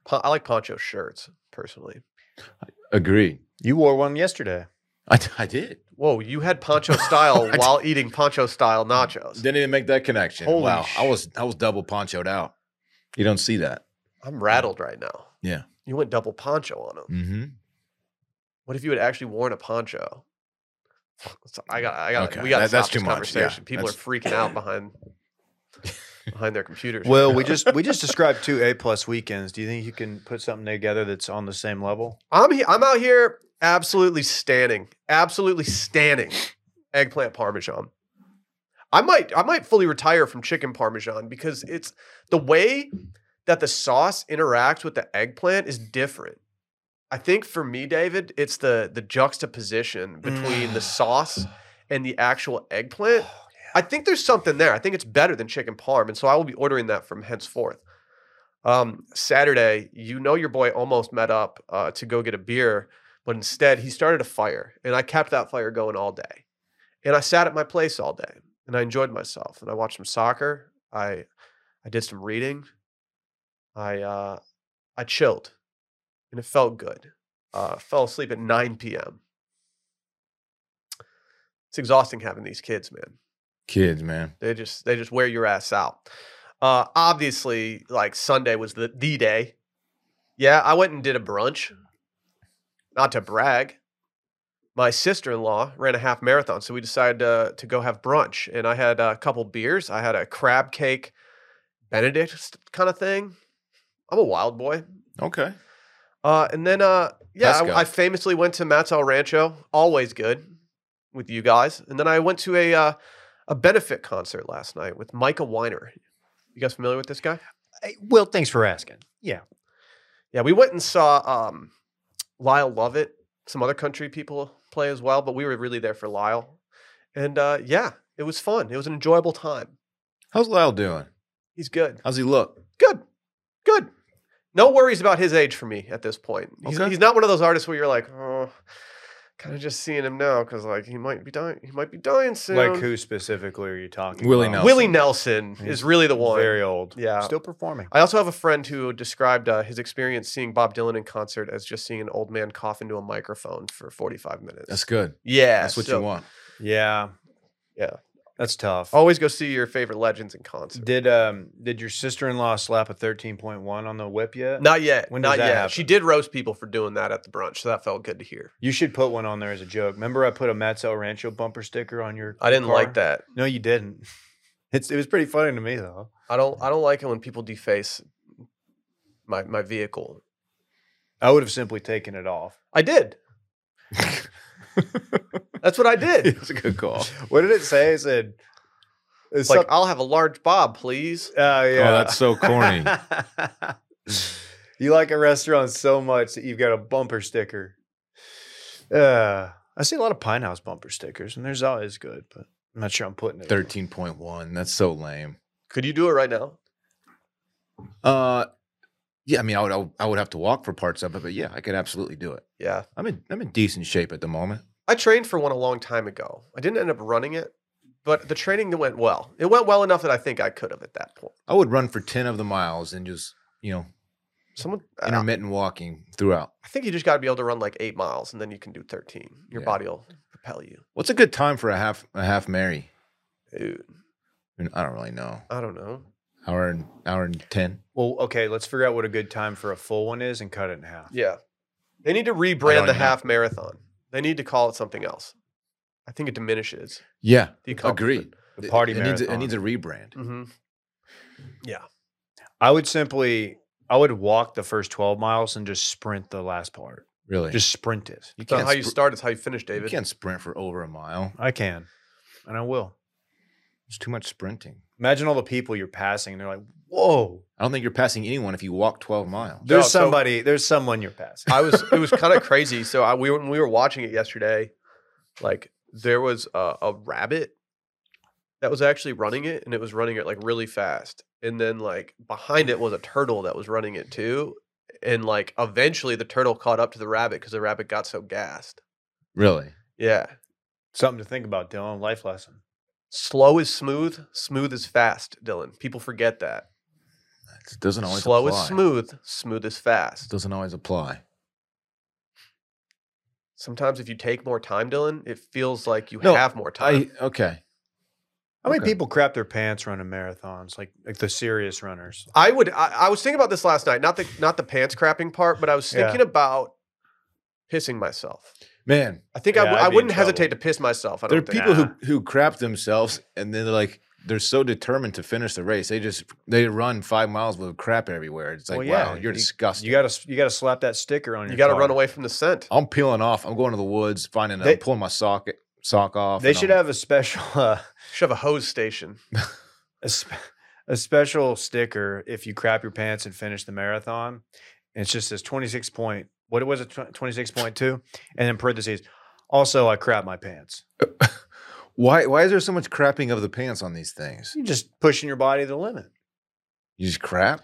[SPEAKER 1] Po- I like poncho shirts personally.
[SPEAKER 3] Agreed.
[SPEAKER 2] You wore one yesterday.
[SPEAKER 3] I, I did.
[SPEAKER 1] Whoa, you had poncho style while eating poncho style nachos.
[SPEAKER 3] Didn't even make that connection.
[SPEAKER 1] Holy
[SPEAKER 3] wow. I
[SPEAKER 1] sh-
[SPEAKER 3] was I was double ponchoed out. You don't see that.
[SPEAKER 1] I'm rattled right now.
[SPEAKER 3] Yeah.
[SPEAKER 1] You went double poncho on him.
[SPEAKER 3] Mm-hmm.
[SPEAKER 1] What if you had actually worn a poncho? So I got, I got,
[SPEAKER 3] Okay,
[SPEAKER 1] we got to
[SPEAKER 3] that-
[SPEAKER 1] stop
[SPEAKER 3] that's
[SPEAKER 1] this
[SPEAKER 3] too much, yeah,
[SPEAKER 1] conversation. People
[SPEAKER 3] that's-
[SPEAKER 1] are freaking out behind behind their computers. right
[SPEAKER 2] Well,
[SPEAKER 1] now.
[SPEAKER 2] we just we just described two A plus weekends. Do you think you can put something together that's on the same level?
[SPEAKER 1] I'm he- I'm out here absolutely standing, absolutely standing eggplant parmesan. I might I might fully retire from chicken parmesan because it's the way that the sauce interacts with the eggplant is different. I think for me, David, it's the the juxtaposition between the sauce and the actual eggplant. I think there's something there. I think it's better than chicken parm, and so I will be ordering that from henceforth. Um, Saturday, you know your boy almost met up uh, to go get a beer, but instead he started a fire, and I kept that fire going all day. And I sat at my place all day, and I enjoyed myself, and I watched some soccer. I I did some reading. I uh, I chilled, and it felt good. Uh, fell asleep at 9 p.m. It's exhausting having these kids, man.
[SPEAKER 3] Kids, man.
[SPEAKER 1] They just they just wear your ass out. Uh, obviously, like Sunday was the the day. Yeah, I went and did a brunch. Not to brag, my sister in law ran a half marathon, so we decided uh, to go have brunch. And I had a couple beers. I had a crab cake Benedict kind of thing. I'm a wild boy.
[SPEAKER 3] Okay.
[SPEAKER 1] Uh, and then, uh, yeah,
[SPEAKER 3] Pesco.
[SPEAKER 1] I, I famously went to Matt's El Rancho, always good with you guys. And then I went to a uh, a benefit concert last night with Micah Weiner. You guys familiar with this guy?
[SPEAKER 2] Hey, well, thanks for asking. Yeah,
[SPEAKER 1] Yeah, we went and saw um, Lyle Lovett some other country people play as well, but we were really there for Lyle. And uh, yeah, it was fun. It was an enjoyable time.
[SPEAKER 3] How's Lyle doing?
[SPEAKER 1] He's good.
[SPEAKER 3] How's he look?
[SPEAKER 1] Good. Good. No worries about his age for me at this point. He's,
[SPEAKER 3] Okay.
[SPEAKER 1] he's not one of those artists where you're like, oh, kind of just seeing him now because like he might be dying. He might be dying soon.
[SPEAKER 2] Like who specifically are you talking?
[SPEAKER 3] Willie
[SPEAKER 2] about?
[SPEAKER 3] Nelson.
[SPEAKER 1] Willie Nelson is
[SPEAKER 2] He's
[SPEAKER 1] really the one.
[SPEAKER 2] Very old.
[SPEAKER 1] Yeah.
[SPEAKER 2] Still performing.
[SPEAKER 1] I also have a friend who described uh, his experience seeing Bob Dylan in concert as just seeing an old man cough into a microphone for 45 minutes.
[SPEAKER 3] That's good.
[SPEAKER 1] yeah,
[SPEAKER 3] That's what
[SPEAKER 1] so
[SPEAKER 3] you want.
[SPEAKER 2] Yeah.
[SPEAKER 1] Yeah.
[SPEAKER 2] That's tough.
[SPEAKER 1] Always go see your favorite legends in concert.
[SPEAKER 2] Did um did your sister in law slap a thirteen point one on the whip yet?
[SPEAKER 1] Not yet.
[SPEAKER 2] When does
[SPEAKER 1] not
[SPEAKER 2] that
[SPEAKER 1] yet.
[SPEAKER 2] happen?
[SPEAKER 1] She did roast people for doing that at the brunch, so that felt good to hear.
[SPEAKER 2] You should put one on there as a joke. Remember, I put a Matzo Rancho bumper sticker on your.
[SPEAKER 1] I didn't
[SPEAKER 2] car?
[SPEAKER 1] like that.
[SPEAKER 2] No, you didn't. It's it was pretty funny to me though.
[SPEAKER 1] I don't. I don't like it when people deface my my vehicle.
[SPEAKER 2] I would have simply taken it off.
[SPEAKER 1] I did. That's what I did.
[SPEAKER 3] That's a good call.
[SPEAKER 2] What did it say? It said,
[SPEAKER 1] It's like I'll have a large bob, please.
[SPEAKER 2] oh yeah,
[SPEAKER 3] Oh, that's so corny.
[SPEAKER 2] you like a restaurant so much that you've got a bumper sticker. Uh, I see a lot of Pine House bumper stickers, and there's always good, but I'm not sure I'm putting it.
[SPEAKER 3] Thirteen point one. That's so lame.
[SPEAKER 1] Could you do it right now?
[SPEAKER 3] Uh, yeah. I mean, I would- I would I would have to walk for parts of it, but yeah, I could absolutely do it.
[SPEAKER 1] Yeah.
[SPEAKER 3] I'm in I'm in decent shape at the moment.
[SPEAKER 1] I trained for one a long time ago. I didn't end up running it, but the training went well. It went well enough that I think I could have at that point.
[SPEAKER 3] I would run for ten of the miles and just you know
[SPEAKER 1] Someone, I-
[SPEAKER 3] intermittent walking throughout.
[SPEAKER 1] I think you just got to be able to run like eight miles, and then you can do thirteen. Your
[SPEAKER 3] Yeah.
[SPEAKER 1] body will propel you.
[SPEAKER 3] What's a good time for a half a half Mary?
[SPEAKER 1] Dude,
[SPEAKER 3] I, mean, I don't really know.
[SPEAKER 1] I don't know.
[SPEAKER 3] Hour and hour and ten.
[SPEAKER 2] Well, okay, let's figure out what a good time for a full one is and cut it in half.
[SPEAKER 1] Yeah, they need to
[SPEAKER 3] I don't
[SPEAKER 1] rebrand the
[SPEAKER 3] know.
[SPEAKER 1] half marathon. They need to call it something else. I think it diminishes.
[SPEAKER 3] Yeah,
[SPEAKER 1] The
[SPEAKER 3] agreed.
[SPEAKER 2] The party
[SPEAKER 3] it, it needs a, it
[SPEAKER 2] marathon.
[SPEAKER 3] needs a rebrand.
[SPEAKER 1] Mm-hmm.
[SPEAKER 2] I would simply, I would walk the first 12 miles and just sprint the last part.
[SPEAKER 3] Really,
[SPEAKER 2] Just sprint it.
[SPEAKER 3] you
[SPEAKER 1] So how you
[SPEAKER 3] spr-
[SPEAKER 1] start is how you finish,
[SPEAKER 3] you
[SPEAKER 1] David.
[SPEAKER 3] can't sprint for over a mile.
[SPEAKER 2] I can, and I will.
[SPEAKER 3] It's too much sprinting.
[SPEAKER 2] Imagine all the people you're passing, and they're like, "Whoa,
[SPEAKER 3] I don't think you're passing anyone if you walk twelve miles.
[SPEAKER 2] there's
[SPEAKER 1] so-
[SPEAKER 2] somebody, there's someone you're passing."
[SPEAKER 1] I was it was kind of crazy. So I, we when we were watching it yesterday, like there was a, a rabbit that was actually running it, and it was running it like really fast. And then like behind it was a turtle that was running it too. And like eventually the turtle caught up to the rabbit because the rabbit got so gassed.
[SPEAKER 3] Really,
[SPEAKER 1] Yeah,
[SPEAKER 2] Something to think about, Dylan. Life lesson.
[SPEAKER 1] slow is smooth, smooth is fast. Dylan, people forget that.
[SPEAKER 3] it doesn't always
[SPEAKER 1] Slow
[SPEAKER 3] apply.
[SPEAKER 1] is smooth, smooth is fast.
[SPEAKER 3] Doesn't always apply.
[SPEAKER 1] Sometimes if you take more time, Dylan, it feels like you
[SPEAKER 3] No,
[SPEAKER 1] have more time.
[SPEAKER 3] I okay.
[SPEAKER 2] How many
[SPEAKER 3] Okay.
[SPEAKER 2] people crap their pants running marathons? Like, like the serious runners.
[SPEAKER 1] I would. I, I was thinking about this last night. Not the not the pants crapping part, but I was
[SPEAKER 2] Yeah.
[SPEAKER 1] thinking about pissing myself.
[SPEAKER 3] Man,
[SPEAKER 1] I think
[SPEAKER 2] Yeah,
[SPEAKER 1] I w-
[SPEAKER 2] I'd
[SPEAKER 1] I,
[SPEAKER 2] be in
[SPEAKER 1] wouldn't
[SPEAKER 2] trouble.
[SPEAKER 1] hesitate to piss myself. I
[SPEAKER 3] there are
[SPEAKER 1] don't think.
[SPEAKER 3] people who who crap themselves and then they're like they're so determined to finish the race. They just they run five miles with crap everywhere. It's like
[SPEAKER 2] Well, yeah,
[SPEAKER 3] wow, you're
[SPEAKER 2] you-
[SPEAKER 3] disgusting.
[SPEAKER 2] You gotta, you gotta slap that sticker on your.
[SPEAKER 1] you got to
[SPEAKER 2] car.
[SPEAKER 1] run away from the scent.
[SPEAKER 3] I'm peeling off. I'm going to the woods, finding.
[SPEAKER 2] They-
[SPEAKER 3] I'm pulling my sock sock off.
[SPEAKER 2] They
[SPEAKER 3] and
[SPEAKER 2] should
[SPEAKER 3] I'm-
[SPEAKER 2] have a special, uh,
[SPEAKER 1] Should have a hose station.
[SPEAKER 2] a, sp- a special sticker if you crap your pants and finish the marathon. And it's just says 26 point, what was it, 26.2? And in parentheses, also I crap my pants.
[SPEAKER 3] Why? Why is there so much crapping of the pants on these things?
[SPEAKER 2] You're just pushing your body to the limit.
[SPEAKER 3] You just crap.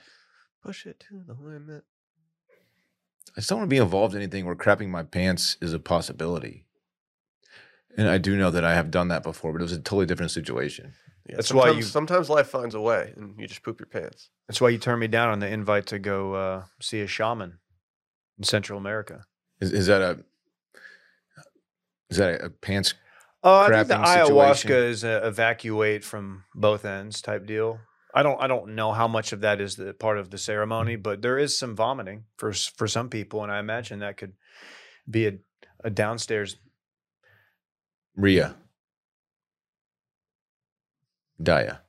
[SPEAKER 1] Push it to the limit.
[SPEAKER 3] I just don't want to be involved in anything where crapping my pants is a possibility. And I do know that I have done that before, but it was a totally different situation.
[SPEAKER 1] Yeah,
[SPEAKER 2] That's why
[SPEAKER 1] sometimes-
[SPEAKER 2] you-
[SPEAKER 1] Sometimes life finds a way, and you just poop your pants.
[SPEAKER 2] That's why you turned me down on the invite to go uh, see a shaman in Central America.
[SPEAKER 3] Is, is that a is that a, a pants?
[SPEAKER 2] Oh, I think the
[SPEAKER 3] Crapping situation.
[SPEAKER 2] ayahuasca is a evacuate from both ends type deal. I don't, I don't know how much of that is the part of the ceremony, but there is some vomiting for s- for some people, and I imagine that could be a, a downstairs.
[SPEAKER 3] Ria. Daya.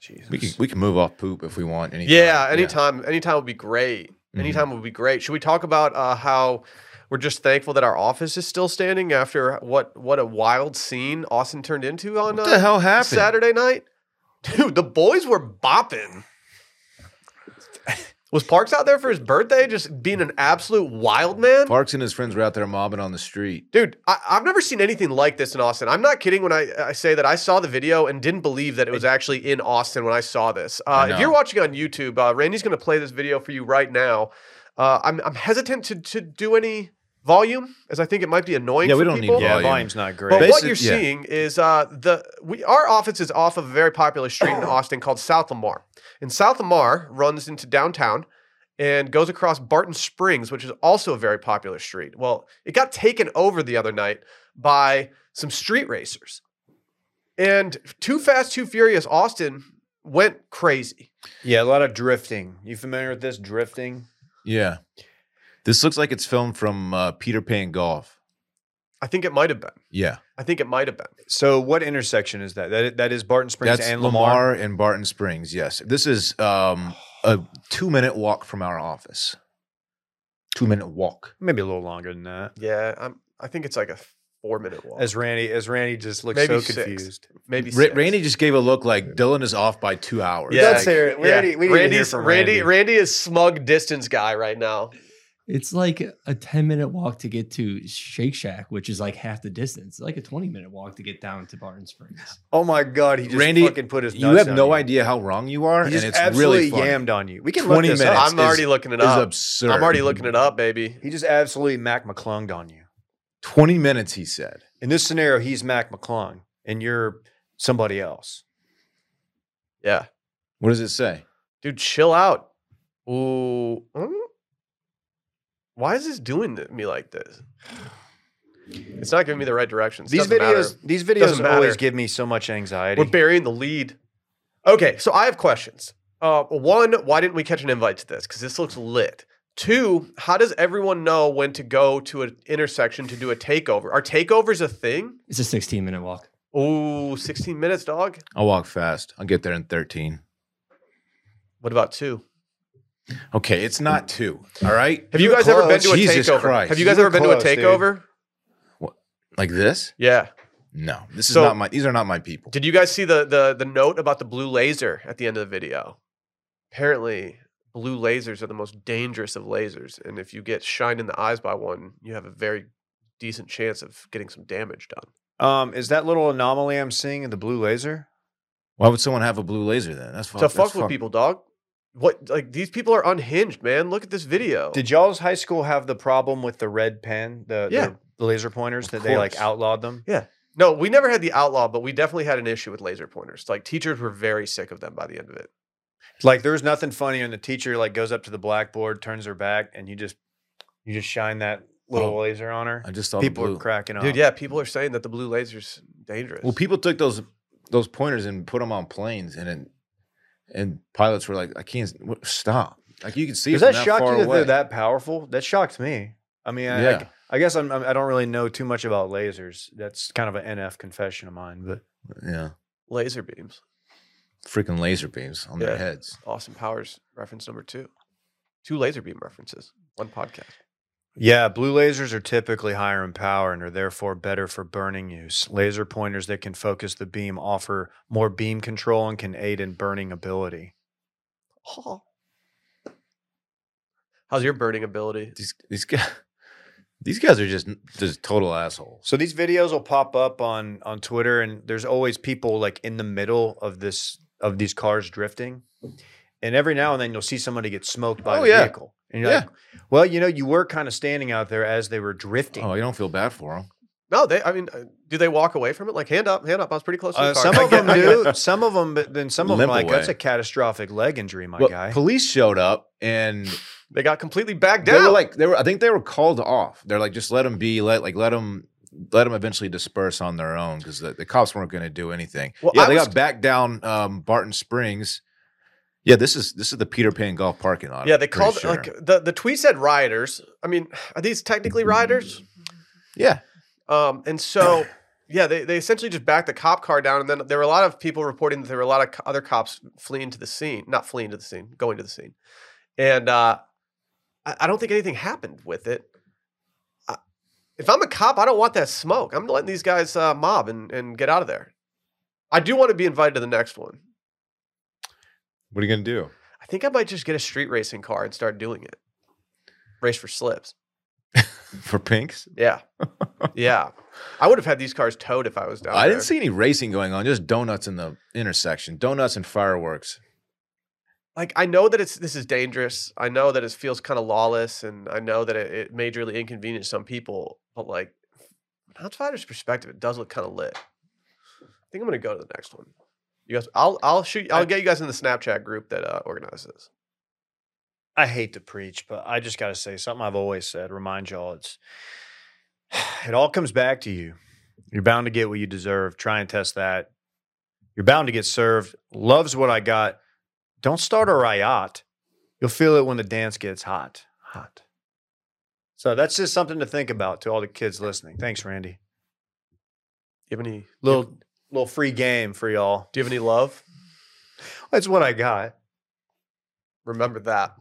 [SPEAKER 2] Jesus,
[SPEAKER 3] We can we can move off poop if we want. Anytime.
[SPEAKER 1] Yeah, anytime, anytime would be great.
[SPEAKER 3] Mhm.
[SPEAKER 1] Anytime would be great. Should we talk about uh, how we're just thankful that our office is still standing after what what a wild scene Austin turned into on
[SPEAKER 3] What
[SPEAKER 1] uh,
[SPEAKER 3] the hell happened?
[SPEAKER 1] Saturday night? Dude, the boys were bopping. Was Parks out there for his birthday, just being an absolute wild man?
[SPEAKER 3] Parks and his friends were out there mobbing on the street.
[SPEAKER 1] Dude, I, I've never seen anything like this in Austin. I'm not kidding when I, I say that I saw the video and didn't believe that it was actually in Austin when I saw this. Uh,
[SPEAKER 3] I
[SPEAKER 1] if
[SPEAKER 3] know.
[SPEAKER 1] you're watching on YouTube, uh, Randy's going to play this video for you right now. Uh, I'm, I'm hesitant to, to do any volume, as I think it might be annoying.
[SPEAKER 3] Yeah,
[SPEAKER 1] for
[SPEAKER 3] we don't need
[SPEAKER 1] people.
[SPEAKER 2] Yeah,
[SPEAKER 3] Volume.
[SPEAKER 2] volume's not great.
[SPEAKER 1] But what
[SPEAKER 3] Basic-
[SPEAKER 1] you're
[SPEAKER 3] yeah.
[SPEAKER 1] seeing is uh, the we our office is off of a very popular street in Austin called South Lamar, and South Lamar runs into downtown and goes across Barton Springs, which is also a very popular street. Well, it got taken over the other night by some street racers, and Too Fast, Too Furious Austin went crazy.
[SPEAKER 2] yeah, a lot of drifting. You familiar with this drifting?
[SPEAKER 3] Yeah. This looks like it's filmed from uh, Peter Pan Golf.
[SPEAKER 1] I think it might have been.
[SPEAKER 3] Yeah.
[SPEAKER 1] I think it might have been.
[SPEAKER 2] So what intersection is that? That that is Barton Springs
[SPEAKER 3] That's
[SPEAKER 2] and
[SPEAKER 3] Lamar.
[SPEAKER 2] Lamar.
[SPEAKER 3] and Barton Springs. Yes. This is um, a two minute walk from our office. Two minute walk.
[SPEAKER 2] Maybe a little longer than that.
[SPEAKER 1] Yeah, I'm, I think it's like a four minute walk,
[SPEAKER 2] As Randy, as Randy just looks
[SPEAKER 1] Maybe
[SPEAKER 2] so
[SPEAKER 1] six.
[SPEAKER 2] confused.
[SPEAKER 1] maybe.
[SPEAKER 3] Ra-
[SPEAKER 1] six.
[SPEAKER 3] Randy just gave a look like Dylan is off by two hours.
[SPEAKER 1] Yeah. That's
[SPEAKER 3] Like,
[SPEAKER 2] hear
[SPEAKER 1] Yeah, Randy's Randy. Randy is smug distance guy right now.
[SPEAKER 4] It's like a 10 minute walk to get to Shake Shack, which is like half the distance. It's like a 20 minute walk to get down to Barton Springs.
[SPEAKER 2] Oh my god, he just
[SPEAKER 3] Randy,
[SPEAKER 2] fucking put his.
[SPEAKER 3] you
[SPEAKER 2] nuts
[SPEAKER 3] have
[SPEAKER 2] on
[SPEAKER 3] no
[SPEAKER 2] you.
[SPEAKER 3] idea how wrong you are,
[SPEAKER 2] He
[SPEAKER 3] and
[SPEAKER 2] just
[SPEAKER 3] it's
[SPEAKER 2] absolutely
[SPEAKER 3] really funny.
[SPEAKER 2] yammed on you. We can
[SPEAKER 3] 20
[SPEAKER 2] look this
[SPEAKER 3] minutes.
[SPEAKER 2] up.
[SPEAKER 1] I'm
[SPEAKER 3] is-
[SPEAKER 1] already looking it
[SPEAKER 3] It's
[SPEAKER 1] up.
[SPEAKER 3] absurd.
[SPEAKER 1] I'm already looking it up, baby.
[SPEAKER 2] He just absolutely Mac McClunged on you.
[SPEAKER 3] Twenty minutes, he said.
[SPEAKER 2] In this scenario, he's Mac McClung, and you're somebody else.
[SPEAKER 1] Yeah,
[SPEAKER 3] What does it say?
[SPEAKER 1] dude, chill out. Ooh, mm. why is this doing to me like this? It's not giving me the right directions.
[SPEAKER 2] These
[SPEAKER 1] Doesn't matter.
[SPEAKER 2] videos, these
[SPEAKER 1] Doesn't
[SPEAKER 2] videos
[SPEAKER 1] matter.
[SPEAKER 2] always give me so much anxiety.
[SPEAKER 1] We're burying the lead. Okay, so I have questions. Uh, one, why didn't we catch an invite to this? Because this looks lit. Two, how does everyone know when to go to an intersection to do a takeover? Are takeovers a thing?
[SPEAKER 4] It's a 16 minute walk.
[SPEAKER 1] Ooh, 16 minutes, dog.
[SPEAKER 3] I'll walk fast. I'll get there in thirteen.
[SPEAKER 1] What about two?
[SPEAKER 3] Okay, it's not two. All right,
[SPEAKER 1] Have
[SPEAKER 2] You
[SPEAKER 1] you,
[SPEAKER 2] were
[SPEAKER 1] guys ever been to a
[SPEAKER 3] close. Jesus
[SPEAKER 1] takeover?
[SPEAKER 3] Christ.
[SPEAKER 1] Have you
[SPEAKER 2] You
[SPEAKER 1] guys
[SPEAKER 2] were
[SPEAKER 1] ever
[SPEAKER 2] close,
[SPEAKER 1] been
[SPEAKER 2] dude.
[SPEAKER 1] to a takeover?
[SPEAKER 3] like this?
[SPEAKER 1] Yeah.
[SPEAKER 3] No, this is
[SPEAKER 1] So-
[SPEAKER 3] not my. These are not my people.
[SPEAKER 1] Did you guys see the the the note about the blue laser at the end of the video? Apparently, blue lasers are the most dangerous of lasers, and if you get shined in the eyes by one, you have a very decent chance of getting some damage done.
[SPEAKER 2] um, is that little anomaly I'm seeing in the blue laser?
[SPEAKER 3] Why would someone have a blue laser then? That's fuck,
[SPEAKER 1] so
[SPEAKER 3] that's
[SPEAKER 1] fuck with
[SPEAKER 3] fuck.
[SPEAKER 1] people, dog. What like these people are unhinged, man. Look at this video.
[SPEAKER 2] Did y'all's high school have the problem with the red pen, the, the
[SPEAKER 1] Yeah.
[SPEAKER 2] laser pointers
[SPEAKER 3] Of
[SPEAKER 2] that they like
[SPEAKER 3] course.
[SPEAKER 2] outlawed them?
[SPEAKER 1] no, we never had the outlaw, but we definitely had an issue with laser pointers. Like teachers were very sick of them by the end of it.
[SPEAKER 2] Like there's nothing funnier than the teacher like goes up to the blackboard, turns her back, and you just you just shine that little
[SPEAKER 3] Oh.
[SPEAKER 2] laser on her.
[SPEAKER 3] I just saw
[SPEAKER 2] People
[SPEAKER 3] the
[SPEAKER 2] are
[SPEAKER 3] blue.
[SPEAKER 2] cracking up.
[SPEAKER 1] Dude, yeah, people are saying that the blue laser's dangerous.
[SPEAKER 3] Um, Well, people took those those pointers and put them on planes, and it, and pilots were like, "I can't what- stop." Like you can see
[SPEAKER 2] Does
[SPEAKER 3] it from
[SPEAKER 2] that
[SPEAKER 3] that,
[SPEAKER 2] shock
[SPEAKER 3] far
[SPEAKER 2] you that
[SPEAKER 3] away.
[SPEAKER 2] they're that powerful? That shocked me. I mean, I,
[SPEAKER 3] yeah,
[SPEAKER 2] I, I guess I'm, I'm- I don't really know too much about lasers. That's kind of an NF confession of mine, but
[SPEAKER 3] yeah,
[SPEAKER 1] laser beams.
[SPEAKER 3] freaking laser beams on
[SPEAKER 1] Yeah.
[SPEAKER 3] their heads.
[SPEAKER 1] Austin Powers reference number two. Two laser beam references. One podcast.
[SPEAKER 2] yeah, blue lasers are typically higher in power and are therefore better for burning use. Laser pointers that can focus the beam offer more beam control and can aid in burning ability.
[SPEAKER 1] Oh. How's your burning ability?
[SPEAKER 3] These these guys, these guys are just just total assholes.
[SPEAKER 2] So these videos will pop up on on Twitter, and there's always people like in the middle of this of these cars drifting, and every now and then you'll see somebody get smoked by
[SPEAKER 3] Oh,
[SPEAKER 2] the
[SPEAKER 3] yeah.
[SPEAKER 2] vehicle, and you're
[SPEAKER 3] Yeah.
[SPEAKER 2] like, "Well, you know, you were kind of standing out there as they were drifting."
[SPEAKER 3] Oh, you don't feel bad for them.
[SPEAKER 1] No, they. I mean, uh, do they walk away from it? Like hand up, hand up. I was pretty close. To the
[SPEAKER 2] Uh,
[SPEAKER 1] car.
[SPEAKER 2] some
[SPEAKER 1] I
[SPEAKER 2] of
[SPEAKER 1] get-
[SPEAKER 2] them
[SPEAKER 1] I get-
[SPEAKER 2] do. Some of them, but then some of them
[SPEAKER 3] Limp
[SPEAKER 2] are like that's
[SPEAKER 3] away.
[SPEAKER 2] a catastrophic leg injury, my guy.
[SPEAKER 3] police showed up and
[SPEAKER 1] They got completely backed
[SPEAKER 3] they were
[SPEAKER 1] down.
[SPEAKER 3] like they were. I think they were called off. They're like, just let them be. Let like let them let them eventually disperse on their own because the, the cops weren't going to do anything.
[SPEAKER 1] Well,
[SPEAKER 3] yeah,
[SPEAKER 1] I
[SPEAKER 3] they
[SPEAKER 1] was-
[SPEAKER 3] got back down um, Barton Springs. Yeah, this is this is the Peter Pan golf parking lot.
[SPEAKER 1] yeah,
[SPEAKER 3] I'm
[SPEAKER 1] they
[SPEAKER 3] pretty
[SPEAKER 1] called
[SPEAKER 3] sure.
[SPEAKER 1] like uh, the the tweet said rioters. I mean, are these technically rioters?
[SPEAKER 3] yeah.
[SPEAKER 1] Um, and so. Yeah, they, they essentially just backed the cop car down, and then there were a lot of people reporting that there were a lot of co- other cops fleeing to the scene, not fleeing to the scene, going to the scene, and uh, I, I don't think anything happened with it. I, if I'm a cop, I don't want that smoke. I'm letting these guys uh, mob and, and get out of there. I do want to be invited to the next one.
[SPEAKER 3] What are you going to do?
[SPEAKER 1] I think I might just get a street racing car and start doing it. Race for slips.
[SPEAKER 3] for pinks.
[SPEAKER 1] Yeah. yeah. I would have had these cars towed if I was down
[SPEAKER 3] I
[SPEAKER 1] there.
[SPEAKER 3] didn't see any racing going on. Just donuts in the intersection. Donuts and fireworks.
[SPEAKER 1] like I know that it's this is dangerous. I know that it feels kind of lawless, and I know that it, it majorly inconvenienced some people. But like, from an outsider's perspective, it does look kind of lit. I think I'm gonna go to the next one. You guys, I'll I'll shoot. I'll
[SPEAKER 2] I-
[SPEAKER 1] get you guys in the Snapchat group that uh, organizes this.
[SPEAKER 2] I hate to preach, but I just got to say something I've always said, remind y'all it's it all comes back to you. You're bound to get what you deserve. Try and test that. You're bound to get served. Loves what I got. Don't start a riot. You'll feel it when the dance gets hot. Hot. So that's just something to think about to all the kids listening. Thanks, Randy.
[SPEAKER 1] You have any
[SPEAKER 2] Little little free game for y'all.
[SPEAKER 1] Do you have any love?
[SPEAKER 2] That's what I got.
[SPEAKER 1] Remember that.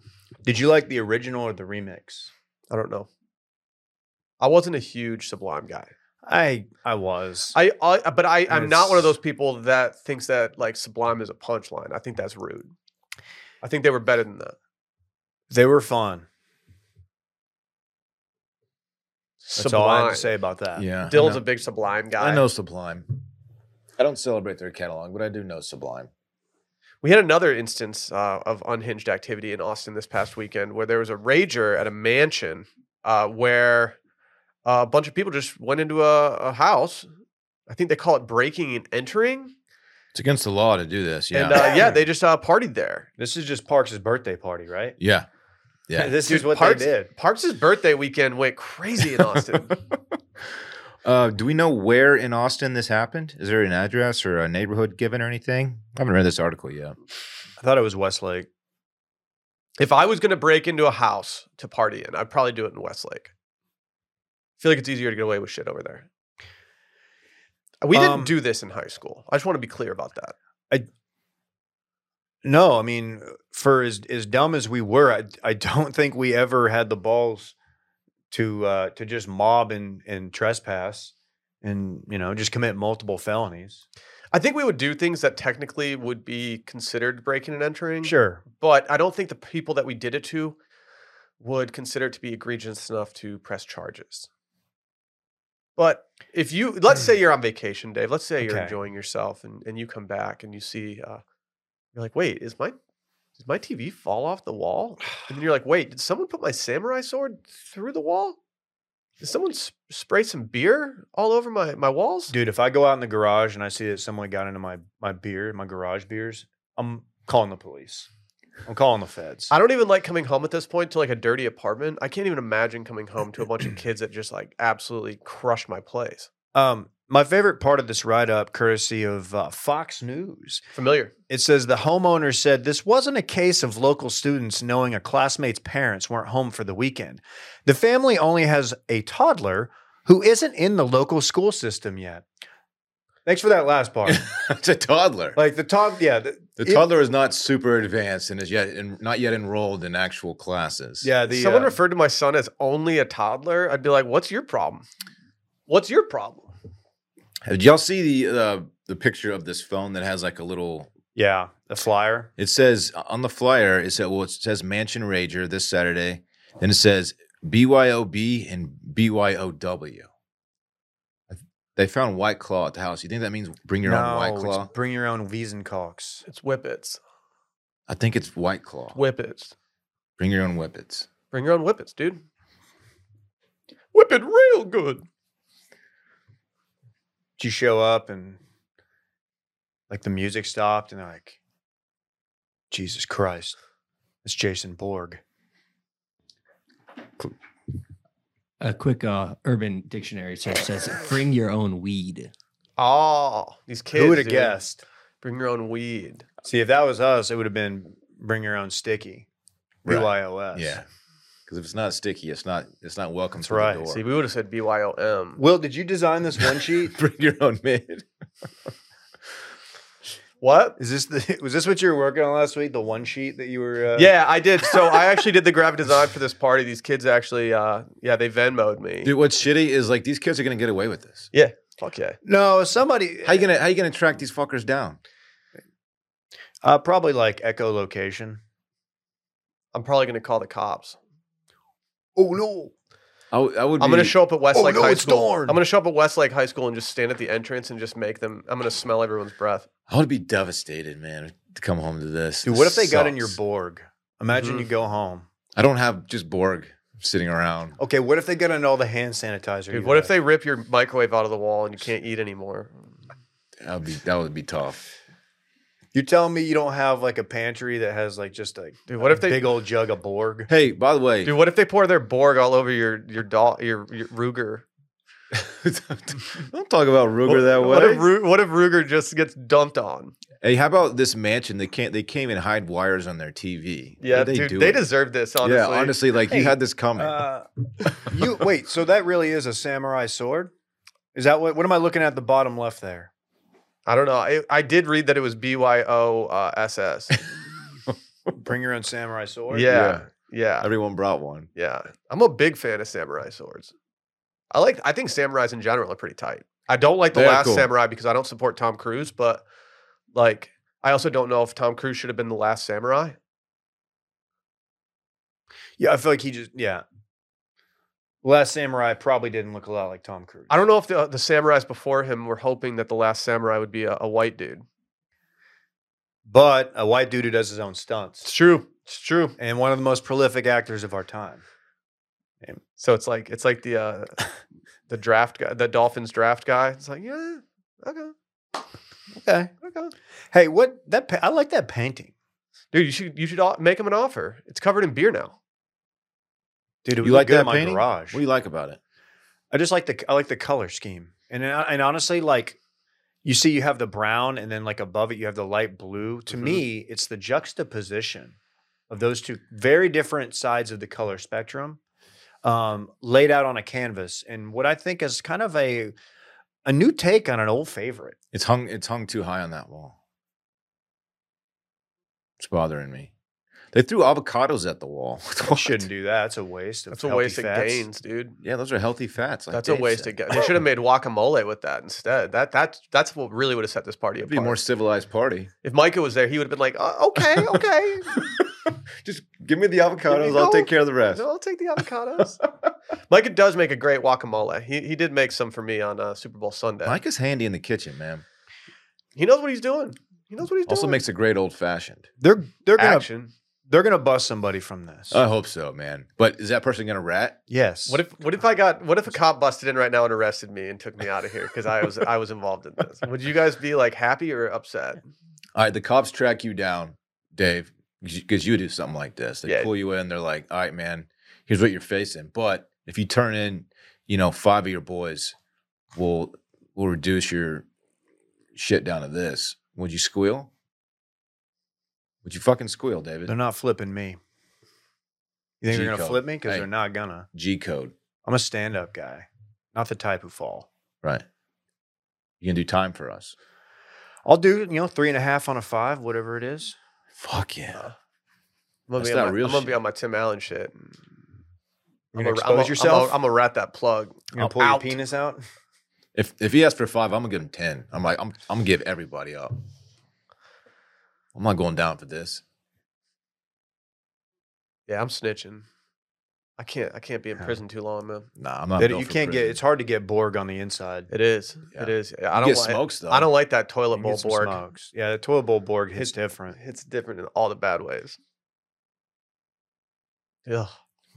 [SPEAKER 2] Did you like the original or the remix?
[SPEAKER 1] I don't know. I wasn't a huge Sublime guy.
[SPEAKER 2] I I was.
[SPEAKER 1] I, I but I I'm not one of
[SPEAKER 2] It's-
[SPEAKER 1] those people that thinks that like Sublime is a punchline. I think that's rude. I think they were better than that.
[SPEAKER 2] they were fun. That's
[SPEAKER 1] Sublime.
[SPEAKER 2] all I have to say about
[SPEAKER 1] Uh,
[SPEAKER 2] that.
[SPEAKER 3] Yeah. I
[SPEAKER 1] Dill's
[SPEAKER 3] know.
[SPEAKER 1] a big Sublime guy.
[SPEAKER 3] I know Sublime. I don't celebrate their catalog, but I do know Sublime.
[SPEAKER 1] We had another instance uh, of unhinged activity in Austin this past weekend where there was a rager at a mansion uh, where uh, a bunch of people just went into a, a house. I think they call it breaking and entering.
[SPEAKER 3] It's against the law to do this. Yeah.
[SPEAKER 1] And uh, yeah, they just uh, partied there.
[SPEAKER 2] This is just Parks' birthday party, right?
[SPEAKER 3] yeah. Yeah.
[SPEAKER 2] this
[SPEAKER 1] Dude,
[SPEAKER 2] is what
[SPEAKER 1] Parks-
[SPEAKER 2] they did.
[SPEAKER 1] Parks' birthday weekend went crazy in Austin.
[SPEAKER 3] Uh, do we know where in Austin this happened? Is there an address or a neighborhood given or anything? I haven't read this article yet.
[SPEAKER 2] I thought it was Westlake.
[SPEAKER 1] if I was going to break into a house to party in, I'd probably do it in Westlake. I feel like it's easier to get away with shit over there. We didn't
[SPEAKER 2] Um,
[SPEAKER 1] do this in high school. I just want to be clear about that.
[SPEAKER 2] No, I mean, for as as dumb as we were, I I don't think we ever had the balls to uh to just mob and and trespass and you know just commit multiple felonies.
[SPEAKER 1] I think we would do things that technically would be considered breaking and entering.
[SPEAKER 2] Sure,
[SPEAKER 1] But I don't think the people that we did it to would consider it to be egregious enough to press charges. But if you, let's say you're on vacation, Dave, let's say you're
[SPEAKER 2] Okay.
[SPEAKER 1] enjoying yourself and, and you come back and you see, uh, you're like, wait, is my, did my TV fall off the wall? And then you're like, wait, did someone put my samurai sword through the wall? Did someone sp- spray some beer all over my, my walls?
[SPEAKER 2] dude. If I go out in the garage and I see that someone got into my my beer, my garage beers, I'm calling the police. I'm calling the feds.
[SPEAKER 1] I don't even like coming home at this point to like a dirty apartment. I can't even imagine coming home to a bunch of kids that just like absolutely crush my place.
[SPEAKER 2] Um, my favorite part of this write up, courtesy of uh, Fox News,
[SPEAKER 1] Familiar.
[SPEAKER 2] it says the homeowner said this wasn't a case of local students knowing a classmate's parents weren't home for the weekend. The family only has a toddler who isn't in the local school system yet. Thanks for that last part.
[SPEAKER 3] it's a toddler.
[SPEAKER 2] like the top, yeah, the,
[SPEAKER 3] the
[SPEAKER 2] it-
[SPEAKER 3] toddler is not super advanced and is yet and not yet enrolled in actual classes.
[SPEAKER 2] yeah, the
[SPEAKER 1] Someone
[SPEAKER 2] uh,
[SPEAKER 1] referred to my son as only a toddler. I'd be like, "What's your problem? What's your problem?"
[SPEAKER 3] Did y'all see the uh, the picture of this phone that has like a little?
[SPEAKER 2] yeah, the flyer.
[SPEAKER 3] It says on the flyer. It said, "Well, it says Mansion Rager this Saturday." Then it says BYOB and BYOW. They found White Claw at the house. You think that means bring your own White
[SPEAKER 2] it's
[SPEAKER 3] Claw?
[SPEAKER 2] bring your own Wiesenkalks.
[SPEAKER 1] It's whippets.
[SPEAKER 3] I think it's White Claw.
[SPEAKER 1] Whippets.
[SPEAKER 3] Bring your own whippets.
[SPEAKER 1] Bring your own whippets, dude. Whip it real good.
[SPEAKER 2] you show up and like the music stopped and they're like jesus christ it's jason borg
[SPEAKER 4] A quick uh, urban dictionary search says bring your own weed.
[SPEAKER 1] Oh, these kids.
[SPEAKER 2] who would have
[SPEAKER 1] dude.
[SPEAKER 2] guessed
[SPEAKER 1] Bring your own weed.
[SPEAKER 2] see if that was us it would have been bring your own sticky
[SPEAKER 3] Right.
[SPEAKER 2] byos
[SPEAKER 3] Yeah, because if it's not sticky, it's not it's not welcome
[SPEAKER 2] That's
[SPEAKER 3] to
[SPEAKER 2] right.
[SPEAKER 3] the door.
[SPEAKER 1] See, we would have said BYOM.
[SPEAKER 2] will did you design this one sheet
[SPEAKER 3] bring your own mid.
[SPEAKER 1] What?
[SPEAKER 2] is this the was this what you were working on last week the one sheet that you were uh,
[SPEAKER 1] Yeah, I did. So I actually did the graphic design for this party. These kids actually, uh, yeah, they Venmo'd me.
[SPEAKER 3] Dude, what's shitty is like these kids are gonna get away with this.
[SPEAKER 1] Fuck yeah.
[SPEAKER 2] no somebody
[SPEAKER 3] How you gonna how you gonna track these fuckers down?
[SPEAKER 2] uh, probably like echolocation
[SPEAKER 1] I'm probably going to call the cops.
[SPEAKER 2] Oh no!
[SPEAKER 3] I, w- I would.
[SPEAKER 1] I'm going to
[SPEAKER 3] be-
[SPEAKER 1] show up at
[SPEAKER 3] Oh,
[SPEAKER 1] Westlake
[SPEAKER 2] no,
[SPEAKER 1] High
[SPEAKER 2] it's
[SPEAKER 1] School.
[SPEAKER 2] Dorn.
[SPEAKER 1] I'm going to show up at Westlake High School and just stand at the entrance and just make them. I'm going to smell everyone's breath.
[SPEAKER 3] I would be devastated, man, to come home to this.
[SPEAKER 2] Dude,
[SPEAKER 3] This
[SPEAKER 2] what if they got in your
[SPEAKER 3] sucks.
[SPEAKER 2] Borg? Imagine
[SPEAKER 1] Mhm.
[SPEAKER 2] you go home.
[SPEAKER 3] I don't have just Borg sitting around.
[SPEAKER 2] Okay, what if they got in all the hand sanitizer?
[SPEAKER 1] Dude,
[SPEAKER 2] you
[SPEAKER 1] what if
[SPEAKER 2] got?
[SPEAKER 1] they rip your microwave out of the wall and you can't eat anymore?
[SPEAKER 3] That would be that would be tough.
[SPEAKER 2] You're telling me you don't have like a pantry that has like just a
[SPEAKER 1] Dude, what if they?
[SPEAKER 2] big old jug of Borg?
[SPEAKER 3] Hey, by the way,
[SPEAKER 1] Dude, what if they pour their Borg all over your your dog your, your Ruger?
[SPEAKER 3] don't talk about Ruger that
[SPEAKER 1] What if
[SPEAKER 3] way.
[SPEAKER 1] Ru- what if Ruger just gets dumped on?
[SPEAKER 3] hey, how about this mansion? They can't. They can't even hide wires on their TV. What
[SPEAKER 1] Yeah,
[SPEAKER 3] did
[SPEAKER 1] dude,
[SPEAKER 3] do
[SPEAKER 1] they
[SPEAKER 3] it?
[SPEAKER 1] deserve this. Honestly,
[SPEAKER 3] Yeah, honestly, like
[SPEAKER 2] Hey,
[SPEAKER 3] you had this coming.
[SPEAKER 2] Uh, you wait. So that really is a samurai sword? Is that what? What am I looking at the bottom left there?
[SPEAKER 1] I don't know. I, I did read that it was B Y O uh, S S.
[SPEAKER 2] Bring your own samurai sword.
[SPEAKER 1] Yeah, yeah,
[SPEAKER 3] everyone brought one.
[SPEAKER 1] yeah. I'm a big fan of samurai swords. I like. I think samurais in general are pretty tight. I don't like the
[SPEAKER 3] They are
[SPEAKER 1] last
[SPEAKER 3] cool.
[SPEAKER 1] samurai because I don't support Tom Cruise, but like, I also don't know if Tom Cruise should have been the last samurai.
[SPEAKER 2] yeah. I feel like he just yeah. Last Samurai probably didn't look a lot like Tom Cruise.
[SPEAKER 1] I don't know if the the samurais before him were hoping that the last samurai would be a, a white dude.
[SPEAKER 2] But a white dude who does his own stunts
[SPEAKER 1] true. It's true.
[SPEAKER 2] and one of the most prolific actors of our time.
[SPEAKER 1] So it's like it's like the uh, the draft guy, the Dolphins draft guy. It's like yeah, okay,
[SPEAKER 2] Okay.
[SPEAKER 1] okay.
[SPEAKER 2] Hey, what that pa- I like that painting.
[SPEAKER 1] Dude, you should you should o- make him an offer. It's covered in beer now.
[SPEAKER 2] Dude, it
[SPEAKER 3] You
[SPEAKER 2] would look
[SPEAKER 3] like
[SPEAKER 2] good
[SPEAKER 3] that
[SPEAKER 2] in my
[SPEAKER 3] painting?
[SPEAKER 2] garage.
[SPEAKER 3] What do you like about it?
[SPEAKER 2] I just like the I like the color scheme. And uh, and honestly like you see you have the brown and then like above it you have the light blue. To
[SPEAKER 1] Mhm.
[SPEAKER 2] me, it's the juxtaposition of those two very different sides of the color spectrum um laid out on a canvas and what I think is kind of a a new take on an old favorite.
[SPEAKER 3] It's hung. It's hung too high on that wall. It's bothering me. They threw avocados at the wall.
[SPEAKER 2] You
[SPEAKER 3] What?
[SPEAKER 2] shouldn't do that. It's a waste of
[SPEAKER 1] That's a
[SPEAKER 2] healthy
[SPEAKER 1] waste
[SPEAKER 2] fats.
[SPEAKER 1] of gains, dude.
[SPEAKER 3] Yeah, those are healthy fats. like
[SPEAKER 1] that's a
[SPEAKER 3] Dave
[SPEAKER 1] waste
[SPEAKER 3] said.
[SPEAKER 1] of gains. They should have made guacamole with that instead. That that's that's what really would have set this party
[SPEAKER 3] It'd
[SPEAKER 1] apart.
[SPEAKER 3] be a more civilized party.
[SPEAKER 1] if Micah was there, he would have been like, "Uh, "Okay, okay,
[SPEAKER 3] Just give me the avocados. I'll take care of the rest.
[SPEAKER 1] no, I'll take the avocados." Micah does make a great guacamole. He he did make some for me on uh, Super Bowl Sunday.
[SPEAKER 3] Mike is handy in the kitchen, man.
[SPEAKER 1] He knows what he's doing. He knows what he's
[SPEAKER 3] Also
[SPEAKER 1] doing.
[SPEAKER 3] makes a great old fashioned.
[SPEAKER 2] They're they're going to
[SPEAKER 1] action. Uh,
[SPEAKER 2] they're going to bust somebody from this.
[SPEAKER 3] I hope so, man. But is that person gonna rat?
[SPEAKER 2] yes.
[SPEAKER 1] What if what if I got what if a cop busted in right now and arrested me and took me out of here because I was I was involved in this? Would you guys be like happy or upset?
[SPEAKER 3] All right, the cops track you down, Dave, because you do something like this. They
[SPEAKER 1] Yeah.
[SPEAKER 3] pull you in. They're like, "All right, man, here's what you're facing." But if you turn in, you know, five of your boys, will will reduce your shit down to this. Would you squeal? Would you fucking squeal, David?
[SPEAKER 2] They're not flipping me. You think they're gonna
[SPEAKER 3] G-code.
[SPEAKER 2] flip me? Because
[SPEAKER 3] Hey.
[SPEAKER 2] they're not gonna.
[SPEAKER 3] G code,
[SPEAKER 2] I'm a stand-up guy, not the type who fall.
[SPEAKER 3] right? You can do time for us.
[SPEAKER 2] I'll do you know three and a half on a five, whatever it is.
[SPEAKER 3] Fuck yeah.
[SPEAKER 1] I'm gonna,
[SPEAKER 3] That's
[SPEAKER 1] be on,
[SPEAKER 3] not
[SPEAKER 1] my,
[SPEAKER 3] real
[SPEAKER 1] I'm gonna be
[SPEAKER 3] shit.
[SPEAKER 1] on my Tim Allen shit.
[SPEAKER 2] You're gonna
[SPEAKER 1] I'm
[SPEAKER 2] expose yourself.
[SPEAKER 1] I'm gonna rat that plug.
[SPEAKER 2] You're gonna
[SPEAKER 1] I'm
[SPEAKER 2] pull
[SPEAKER 1] out.
[SPEAKER 2] your penis out.
[SPEAKER 3] If if he asks for five, I'm gonna give him ten. I'm like, I'm I'm gonna give everybody up. I'm not going down for this.
[SPEAKER 1] Yeah, I'm snitching. I can't. I can't be in
[SPEAKER 2] Yeah.
[SPEAKER 1] prison too long, man.
[SPEAKER 3] Nah, I'm not.
[SPEAKER 2] That-
[SPEAKER 3] built
[SPEAKER 2] you
[SPEAKER 3] for
[SPEAKER 2] can't get.
[SPEAKER 3] prison.
[SPEAKER 2] It's hard to get Borg on the inside.
[SPEAKER 1] It is.
[SPEAKER 3] Yeah.
[SPEAKER 1] It is. Yeah, I
[SPEAKER 3] You
[SPEAKER 1] don't.
[SPEAKER 3] get
[SPEAKER 1] Like,
[SPEAKER 3] smokes though.
[SPEAKER 1] I don't like that
[SPEAKER 2] You
[SPEAKER 1] toilet
[SPEAKER 2] can
[SPEAKER 1] bowl
[SPEAKER 2] get some
[SPEAKER 1] Borg.
[SPEAKER 2] smokes. Yeah, the toilet bowl Borg hits different.
[SPEAKER 1] It's different in all the bad ways. Yeah,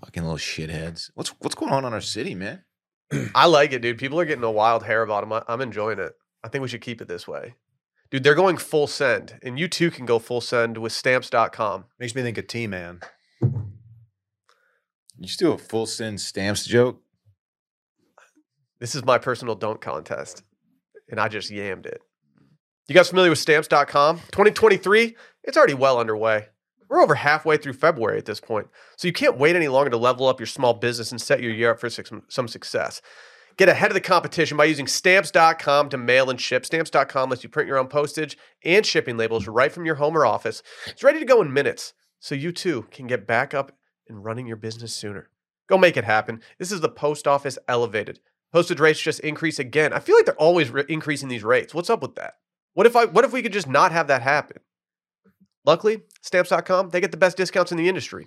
[SPEAKER 3] Fucking little shitheads. What's what's going on in our city, man?
[SPEAKER 1] I like it, dude. People are getting a wild hair about them. I, I'm enjoying it. I think we should keep it this way, dude. They're going full send, and you too can go full send with stamps.com.
[SPEAKER 2] Makes me think of T Man.
[SPEAKER 3] You just do a full sin stamps joke.
[SPEAKER 1] This is my personal don't contest, and I just yammed it. You guys familiar with stamps.com? 2023, it's already well underway. We're over halfway through February at this point, so you can't wait any longer to level up your small business and set your year up for six, some success. Get ahead of the competition by using stamps.com to mail and ship. Stamps.com lets you print your own postage and shipping labels right from your home or office. It's ready to go in minutes, so you too can get back up and running your business sooner. Go make it happen. This is the post office elevated postage rates just increase again. I feel like they're always re- increasing these rates. What's up with that? What if I what if we could just not have that happen? Luckily, stamps.com, they get the best discounts in the industry.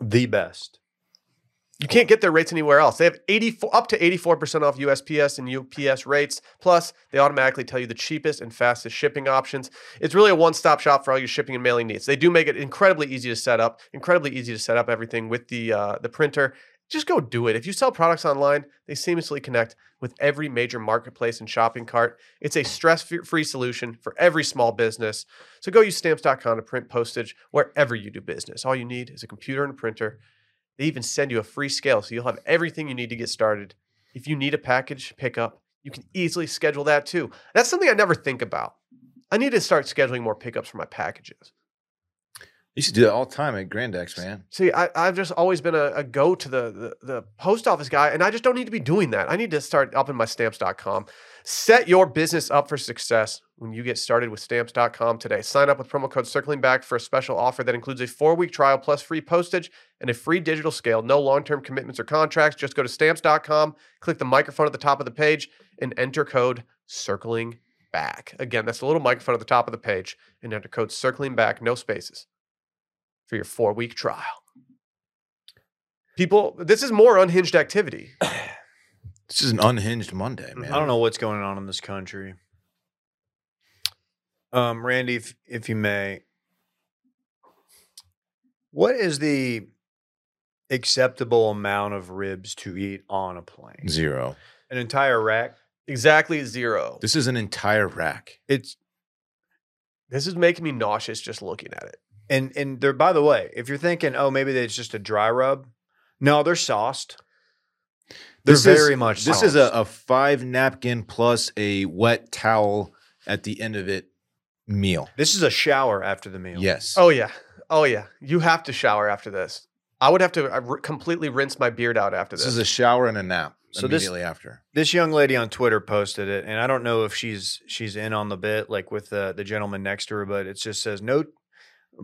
[SPEAKER 2] the best.
[SPEAKER 1] You can't get their rates anywhere else. They have 84 up to 84% off USPS and UPS rates. Plus, they automatically tell you the cheapest and fastest shipping options. It's really a one-stop shop for all your shipping and mailing needs. They do make it incredibly easy to set up, incredibly easy to set up everything with the uh, the printer. Just go do it. If you sell products online, they seamlessly connect with every major marketplace and shopping cart. It's a stress-free solution for every small business. So go use stamps.com to print postage wherever you do business. All you need is a computer and a printer. They even send you a free scale, so you'll have everything you need to get started. If you need a package pickup, you can easily schedule that too. That's something I never think about. I need to start scheduling more pickups for my packages.
[SPEAKER 3] You used to do that all the time at Grand X, man.
[SPEAKER 1] See, I, I've just always been a, a go to the, the the post office guy, and I just don't need to be doing that. I need to start upping my stamps.com. Set your business up for success when you get started with stamps.com today. Sign up with promo code circling back for a special offer that includes a four week trial plus free postage and a free digital scale. No long term commitments or contracts. Just go to stamps.com, click the microphone at the top of the page, and enter code circling back. Again, that's the little microphone at the top of the page, and enter code circling back, no spaces for your four week trial. People, this is more unhinged activity.
[SPEAKER 3] This is an unhinged Monday, man.
[SPEAKER 2] I don't know what's going on in this country. Um, Randy, if if you may, what is the acceptable amount of ribs to eat on a plane?
[SPEAKER 3] Zero.
[SPEAKER 2] An entire rack?
[SPEAKER 1] Exactly zero. This,
[SPEAKER 3] This is an entire rack.
[SPEAKER 2] It's
[SPEAKER 1] is making me nauseous just looking at it.
[SPEAKER 2] and and they're by the way, if you're thinking, oh, maybe it's just a dry rub, no, they're sauced. They're
[SPEAKER 3] This is-
[SPEAKER 2] very much.
[SPEAKER 3] This is a,
[SPEAKER 2] sauced.
[SPEAKER 3] a five napkin plus a wet towel at the end of it meal.
[SPEAKER 2] this is a shower after the meal.
[SPEAKER 3] Yes.
[SPEAKER 1] Oh yeah, oh yeah. You have to shower after this. I would have to uh, r- completely rinse my beard out after
[SPEAKER 3] this
[SPEAKER 1] this.
[SPEAKER 3] is a shower and a nap
[SPEAKER 2] So this-
[SPEAKER 3] immediately after.
[SPEAKER 2] this young lady on Twitter posted it, and I don't know if she's she's in on the bit, like with the the gentleman next to her, but it just says no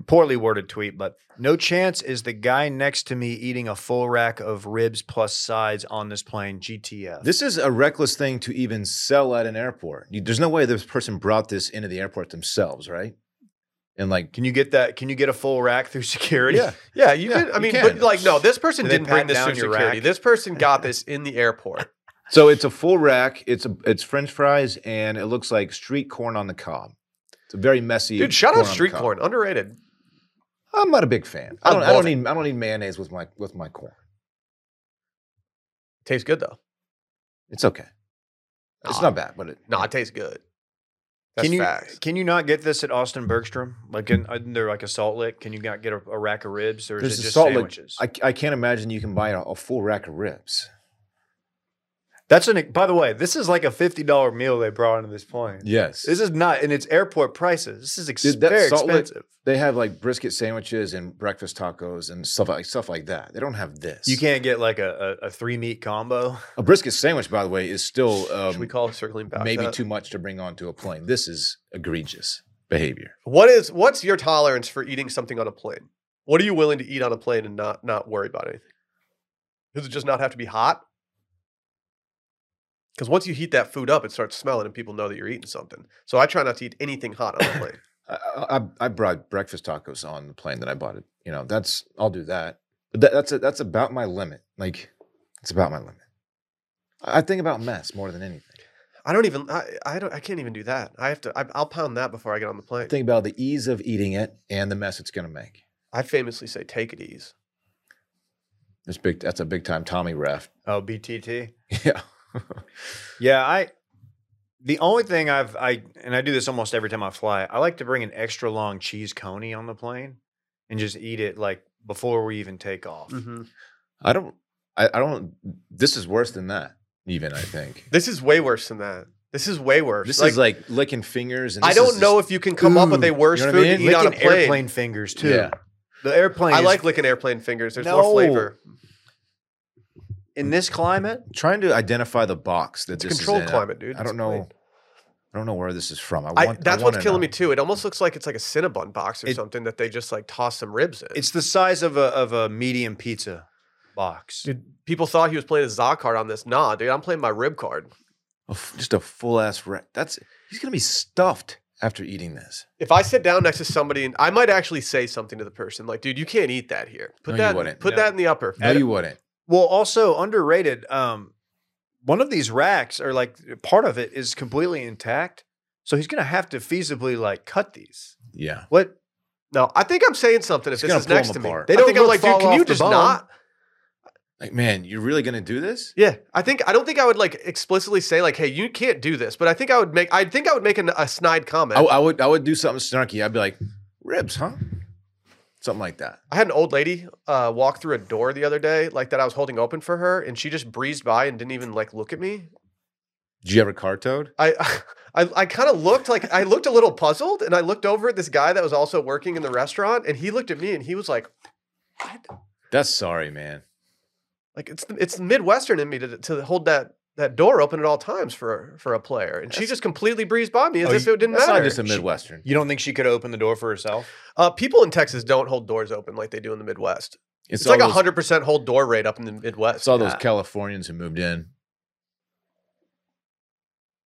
[SPEAKER 2] poorly worded tweet, but no chance is the guy next to me eating a full rack of ribs plus sides on this plane. GTF.
[SPEAKER 3] This is a reckless thing to even sell at an airport. You- there's no way this person brought this into the airport themselves, right? And like,
[SPEAKER 2] can you get that? Can you get a full rack through security?
[SPEAKER 3] yeah,
[SPEAKER 1] yeah, you
[SPEAKER 3] Yeah,
[SPEAKER 1] can. I
[SPEAKER 3] you
[SPEAKER 1] mean,
[SPEAKER 3] can.
[SPEAKER 1] but like, no, this person
[SPEAKER 2] Do they
[SPEAKER 1] didn't bring
[SPEAKER 2] pat
[SPEAKER 1] this
[SPEAKER 2] down
[SPEAKER 1] through
[SPEAKER 2] your
[SPEAKER 1] security.
[SPEAKER 2] rack?
[SPEAKER 1] This person got this in the airport.
[SPEAKER 3] So it's a full rack. It's a, it's French fries and it looks like street corn on the cob. It's a very messy.
[SPEAKER 1] Dude, shout out
[SPEAKER 3] on the
[SPEAKER 1] street
[SPEAKER 3] cob.
[SPEAKER 1] corn, underrated.
[SPEAKER 3] I'm not a big fan. I
[SPEAKER 1] I
[SPEAKER 3] don't. I don't
[SPEAKER 1] love it.
[SPEAKER 3] need. I don't need mayonnaise with my with my corn.
[SPEAKER 1] Tastes good though.
[SPEAKER 3] It's okay. It's
[SPEAKER 1] Nah.
[SPEAKER 3] not bad, but it,
[SPEAKER 1] No, it tastes good. That's
[SPEAKER 2] can you
[SPEAKER 1] facts.
[SPEAKER 2] can you not get this at Austin Bergstrom? Like in isn't there like a Salt Lick? Can you not get a, a rack of ribs or
[SPEAKER 3] There's
[SPEAKER 2] is
[SPEAKER 3] a
[SPEAKER 2] it just
[SPEAKER 3] Salt Lick-
[SPEAKER 2] sandwiches?
[SPEAKER 3] I, I can't imagine you can buy a, a full rack of ribs.
[SPEAKER 2] That's an. By the way, this is like a fifty dollar meal they brought into this plane.
[SPEAKER 3] Yes,
[SPEAKER 2] This is not, and it's airport prices. This is ex-
[SPEAKER 3] Dude, that
[SPEAKER 2] very
[SPEAKER 3] Salt Lake-
[SPEAKER 2] expensive.
[SPEAKER 3] they have like brisket sandwiches and breakfast tacos and stuff like stuff like that. They don't have this.
[SPEAKER 2] You can't get like a, a, a three meat combo.
[SPEAKER 3] A brisket sandwich, by the way, is still
[SPEAKER 1] Should we
[SPEAKER 3] um,
[SPEAKER 1] call it circling back?
[SPEAKER 3] maybe
[SPEAKER 1] that?
[SPEAKER 3] too much to bring onto a plane. This is egregious behavior.
[SPEAKER 1] What is what's your tolerance for eating something on a plane? What are you willing to eat on a plane and not not worry about anything? Does it just not have to be hot? Because once you heat that food up, it starts smelling, and people know that you're eating something. So I try not to eat anything hot on a plane.
[SPEAKER 3] I, I, I brought breakfast tacos on the plane that I bought it. You know, that's I'll do that. But that, that's that's about my limit. Like, it's about my limit. I I think about mess more than anything.
[SPEAKER 1] I don't even. I, I don't. I can't even do that. I have to. I, I'll pound that before I get on the plane.
[SPEAKER 3] I think about the ease of eating it and the mess it's going to make.
[SPEAKER 1] I famously say, "Take it ease."
[SPEAKER 3] That's big. That's a big time Tommy ref.
[SPEAKER 2] Oh, BTT.
[SPEAKER 3] Yeah.
[SPEAKER 2] Yeah, I. The only thing I've I and I do this almost every time I fly. I like to bring an extra long cheese coney on the plane, and just eat it like before we even take off.
[SPEAKER 3] Mm-hmm.
[SPEAKER 1] Mhm.
[SPEAKER 3] I don't. I, I don't. This is worse than that. Even I think
[SPEAKER 1] This is way worse than that. This is way worse.
[SPEAKER 3] this is like licking fingers. And
[SPEAKER 1] I
[SPEAKER 3] this
[SPEAKER 1] don't
[SPEAKER 3] is just-
[SPEAKER 1] know if you can come up with
[SPEAKER 3] ooh,
[SPEAKER 1] a worse
[SPEAKER 3] you know what I
[SPEAKER 1] food to
[SPEAKER 3] mean?
[SPEAKER 1] eat on a
[SPEAKER 2] Licking
[SPEAKER 1] plane.
[SPEAKER 2] airplane fingers too.
[SPEAKER 3] Yeah.
[SPEAKER 2] The airplane.
[SPEAKER 1] I
[SPEAKER 2] is-
[SPEAKER 1] like licking airplane fingers. There's more flavor.
[SPEAKER 2] in this climate.
[SPEAKER 3] trying to identify the box that
[SPEAKER 1] It's a
[SPEAKER 3] this is
[SPEAKER 1] controlled
[SPEAKER 3] in.
[SPEAKER 1] climate, dude.
[SPEAKER 3] I don't
[SPEAKER 1] It's
[SPEAKER 3] know.
[SPEAKER 1] plain.
[SPEAKER 3] I don't know where this is from. I want.
[SPEAKER 1] I,
[SPEAKER 3] I
[SPEAKER 1] that's what's
[SPEAKER 3] wanna
[SPEAKER 1] killing
[SPEAKER 3] know.
[SPEAKER 1] me too. It almost looks like it's like a Cinnabon box or
[SPEAKER 2] It-
[SPEAKER 1] something that they just like toss some ribs in.
[SPEAKER 2] It's the size of a of a medium pizza box.
[SPEAKER 1] dude, people thought he was playing a za card on this.
[SPEAKER 3] Oh,
[SPEAKER 1] Nah, dude, I'm playing my rib card.
[SPEAKER 3] A f- just a full ass. Re- that's he's gonna be stuffed. after eating this?
[SPEAKER 1] If I sit down next to somebody, and I might actually say something to the person, like, "Dude, you can't eat that here. Put
[SPEAKER 3] No, you
[SPEAKER 1] that.
[SPEAKER 3] wouldn't.
[SPEAKER 1] Put
[SPEAKER 2] No.
[SPEAKER 1] that in the upper."
[SPEAKER 3] No, you wouldn't.
[SPEAKER 2] Well, also underrated. Um, one of these racks, or like part of it, is completely intact. So he's gonna have to feasibly like cut these.
[SPEAKER 3] Yeah.
[SPEAKER 2] What?
[SPEAKER 1] no, I think I'm saying something. If
[SPEAKER 3] It's
[SPEAKER 1] this
[SPEAKER 3] gonna
[SPEAKER 1] is
[SPEAKER 3] pull
[SPEAKER 1] next
[SPEAKER 3] them
[SPEAKER 1] to me,
[SPEAKER 3] apart.
[SPEAKER 2] They
[SPEAKER 1] I
[SPEAKER 2] don't
[SPEAKER 1] think I'm
[SPEAKER 2] look
[SPEAKER 1] like,
[SPEAKER 2] fall
[SPEAKER 1] "Dude, can
[SPEAKER 2] off
[SPEAKER 1] you
[SPEAKER 2] the
[SPEAKER 1] just
[SPEAKER 2] bone."
[SPEAKER 1] not?"
[SPEAKER 3] Like, man, you're really gonna do this?
[SPEAKER 1] Yeah, I think I don't think I would like explicitly say like, "Hey, you can't do this," but I think I would make I think I would make an, a snide comment.
[SPEAKER 3] I,
[SPEAKER 1] I,
[SPEAKER 3] I would. I would do something snarky. I'd be like, ribs, huh? Something like that.
[SPEAKER 1] had an old lady uh, walk through a door the other day, like that I was holding open for her, and she just breezed by and didn't even like look at me.
[SPEAKER 3] Did you ever car toad?
[SPEAKER 1] I I, I kind of looked like I looked a little puzzled, and I looked over at this guy that was also working in the restaurant, and he looked at me and he was like,
[SPEAKER 3] That's sorry, man.
[SPEAKER 1] like it's it's Midwestern in me to to hold that. That door open at all times for for a player, and she
[SPEAKER 3] That's-
[SPEAKER 1] just completely breezed by me as
[SPEAKER 2] Oh,
[SPEAKER 1] if
[SPEAKER 2] you-
[SPEAKER 1] it didn't
[SPEAKER 3] That's
[SPEAKER 1] matter.
[SPEAKER 3] not just a midwestern.
[SPEAKER 2] You don't think she could open the door for herself?
[SPEAKER 1] uh, people in Texas don't hold doors open like they do in the Midwest. It's,
[SPEAKER 3] all
[SPEAKER 1] like a
[SPEAKER 3] those-
[SPEAKER 1] hundred percent hold door rate up in the Midwest.
[SPEAKER 3] It's all those
[SPEAKER 1] Yeah.
[SPEAKER 3] Californians who moved in.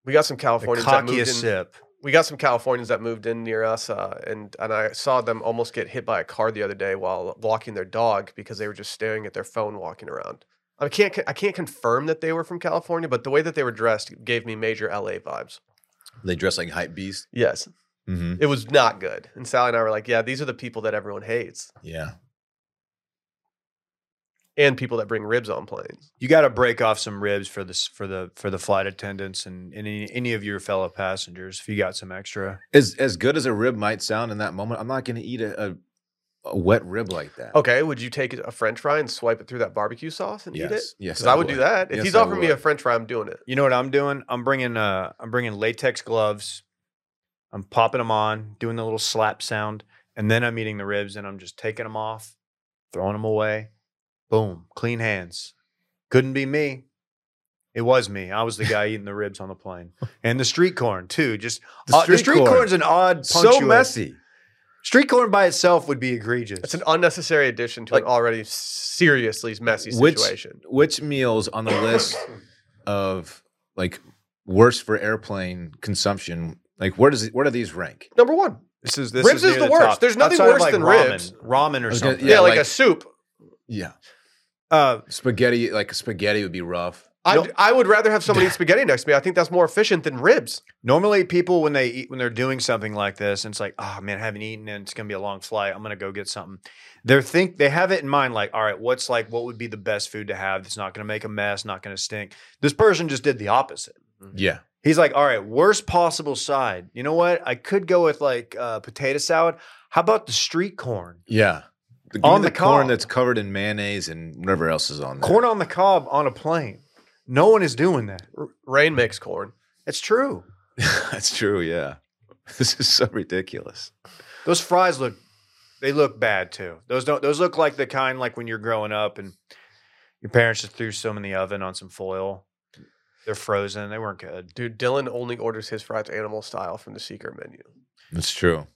[SPEAKER 1] we got some
[SPEAKER 2] The
[SPEAKER 1] Californians that moved in.
[SPEAKER 2] cockiest sip.
[SPEAKER 1] We got some Californians that moved in near us, uh, and and I saw them almost get hit by a car the other day while walking their dog because they were just staring at their phone walking around. I can't I can't confirm that they were from California, but the way that they were dressed gave me major LA vibes.
[SPEAKER 3] They dress like hype beast.
[SPEAKER 1] Yes,
[SPEAKER 3] Mm-hmm.
[SPEAKER 1] it was not good. And Sally and I were like, "Yeah, these are the people that everyone hates,
[SPEAKER 3] Yeah.
[SPEAKER 1] and people that bring ribs on planes."
[SPEAKER 2] You got to break off some ribs for this for the for the flight attendants and any any of your fellow passengers if you got some extra.
[SPEAKER 3] As as good as a rib might sound in that moment, I'm not gonna eat a, a, a wet rib like that.
[SPEAKER 1] Okay, would you take a French fry and swipe it through that barbecue sauce and
[SPEAKER 3] Yes.
[SPEAKER 1] eat it?
[SPEAKER 3] Yes.
[SPEAKER 1] Because I would do that. If
[SPEAKER 3] Yes,
[SPEAKER 1] he's
[SPEAKER 3] I
[SPEAKER 1] offering me a
[SPEAKER 3] would.
[SPEAKER 1] French fry, I'm doing it.
[SPEAKER 2] You know what I'm doing? I'm bringing uh I'm bringing latex gloves. I'm popping them on, doing the little slap sound, and then I'm eating the ribs and I'm just taking them off, throwing them away. Boom, clean hands. Couldn't be me. It was me. I was the guy eating the ribs on the plane. And the street corn too. Just
[SPEAKER 3] The
[SPEAKER 2] uh,
[SPEAKER 3] street,
[SPEAKER 2] the street
[SPEAKER 3] corn.
[SPEAKER 2] corn's an odd
[SPEAKER 3] so
[SPEAKER 2] punctuate.
[SPEAKER 3] messy.
[SPEAKER 2] Street corn by itself would be egregious.
[SPEAKER 1] It's an unnecessary addition to an
[SPEAKER 3] Like-
[SPEAKER 1] already seriously messy
[SPEAKER 3] Which-
[SPEAKER 1] situation.
[SPEAKER 3] Which meals on the list of like worst for airplane consumption? Like where does it, where do these rank?
[SPEAKER 1] Number one,
[SPEAKER 2] this is this
[SPEAKER 1] Ribs is
[SPEAKER 2] near
[SPEAKER 1] the worst.
[SPEAKER 2] top.
[SPEAKER 1] There's nothing
[SPEAKER 2] Outside of,
[SPEAKER 1] worse
[SPEAKER 2] like,
[SPEAKER 1] than
[SPEAKER 2] ramen,
[SPEAKER 1] ribs.
[SPEAKER 2] Ramen
[SPEAKER 3] I
[SPEAKER 2] or
[SPEAKER 3] was gonna-
[SPEAKER 2] something.
[SPEAKER 1] yeah,
[SPEAKER 3] Yeah,
[SPEAKER 1] like, a
[SPEAKER 3] like-
[SPEAKER 1] soup.
[SPEAKER 3] Yeah,
[SPEAKER 2] Uh,
[SPEAKER 3] spaghetti like spaghetti would be rough.
[SPEAKER 1] I
[SPEAKER 2] Nope.
[SPEAKER 1] I would rather have somebody eat spaghetti next to me. I think that's more efficient than ribs.
[SPEAKER 2] Normally, people when they eat when they're doing something like this, and it's like, oh man, I haven't eaten, and it's gonna be a long flight. I'm gonna go get something. They're think they have it in mind, like, all right, what's like, what would be the best food to have that's not gonna make a mess, not gonna stink. This person just did the opposite.
[SPEAKER 3] Yeah,
[SPEAKER 2] He's like, all right, worst possible side. You know what? I could go with like uh, potato salad. How about the street corn?
[SPEAKER 3] yeah. The, give
[SPEAKER 2] On
[SPEAKER 3] me
[SPEAKER 2] the
[SPEAKER 3] corn
[SPEAKER 2] cob.
[SPEAKER 3] that's covered in mayonnaise and whatever else is on there.
[SPEAKER 2] Corn on the cob on a plane. No one is doing that.
[SPEAKER 1] R- rain makes corn.
[SPEAKER 2] It's true.
[SPEAKER 3] that's true. Yeah, this is so ridiculous.
[SPEAKER 2] Those fries look they look bad too. Those don't those look like the kind like when you're growing up and your parents just threw some in the oven on some foil. They're frozen. They weren't good.
[SPEAKER 1] Dude, Dylan only orders his fries animal style from the secret menu.
[SPEAKER 3] That's true.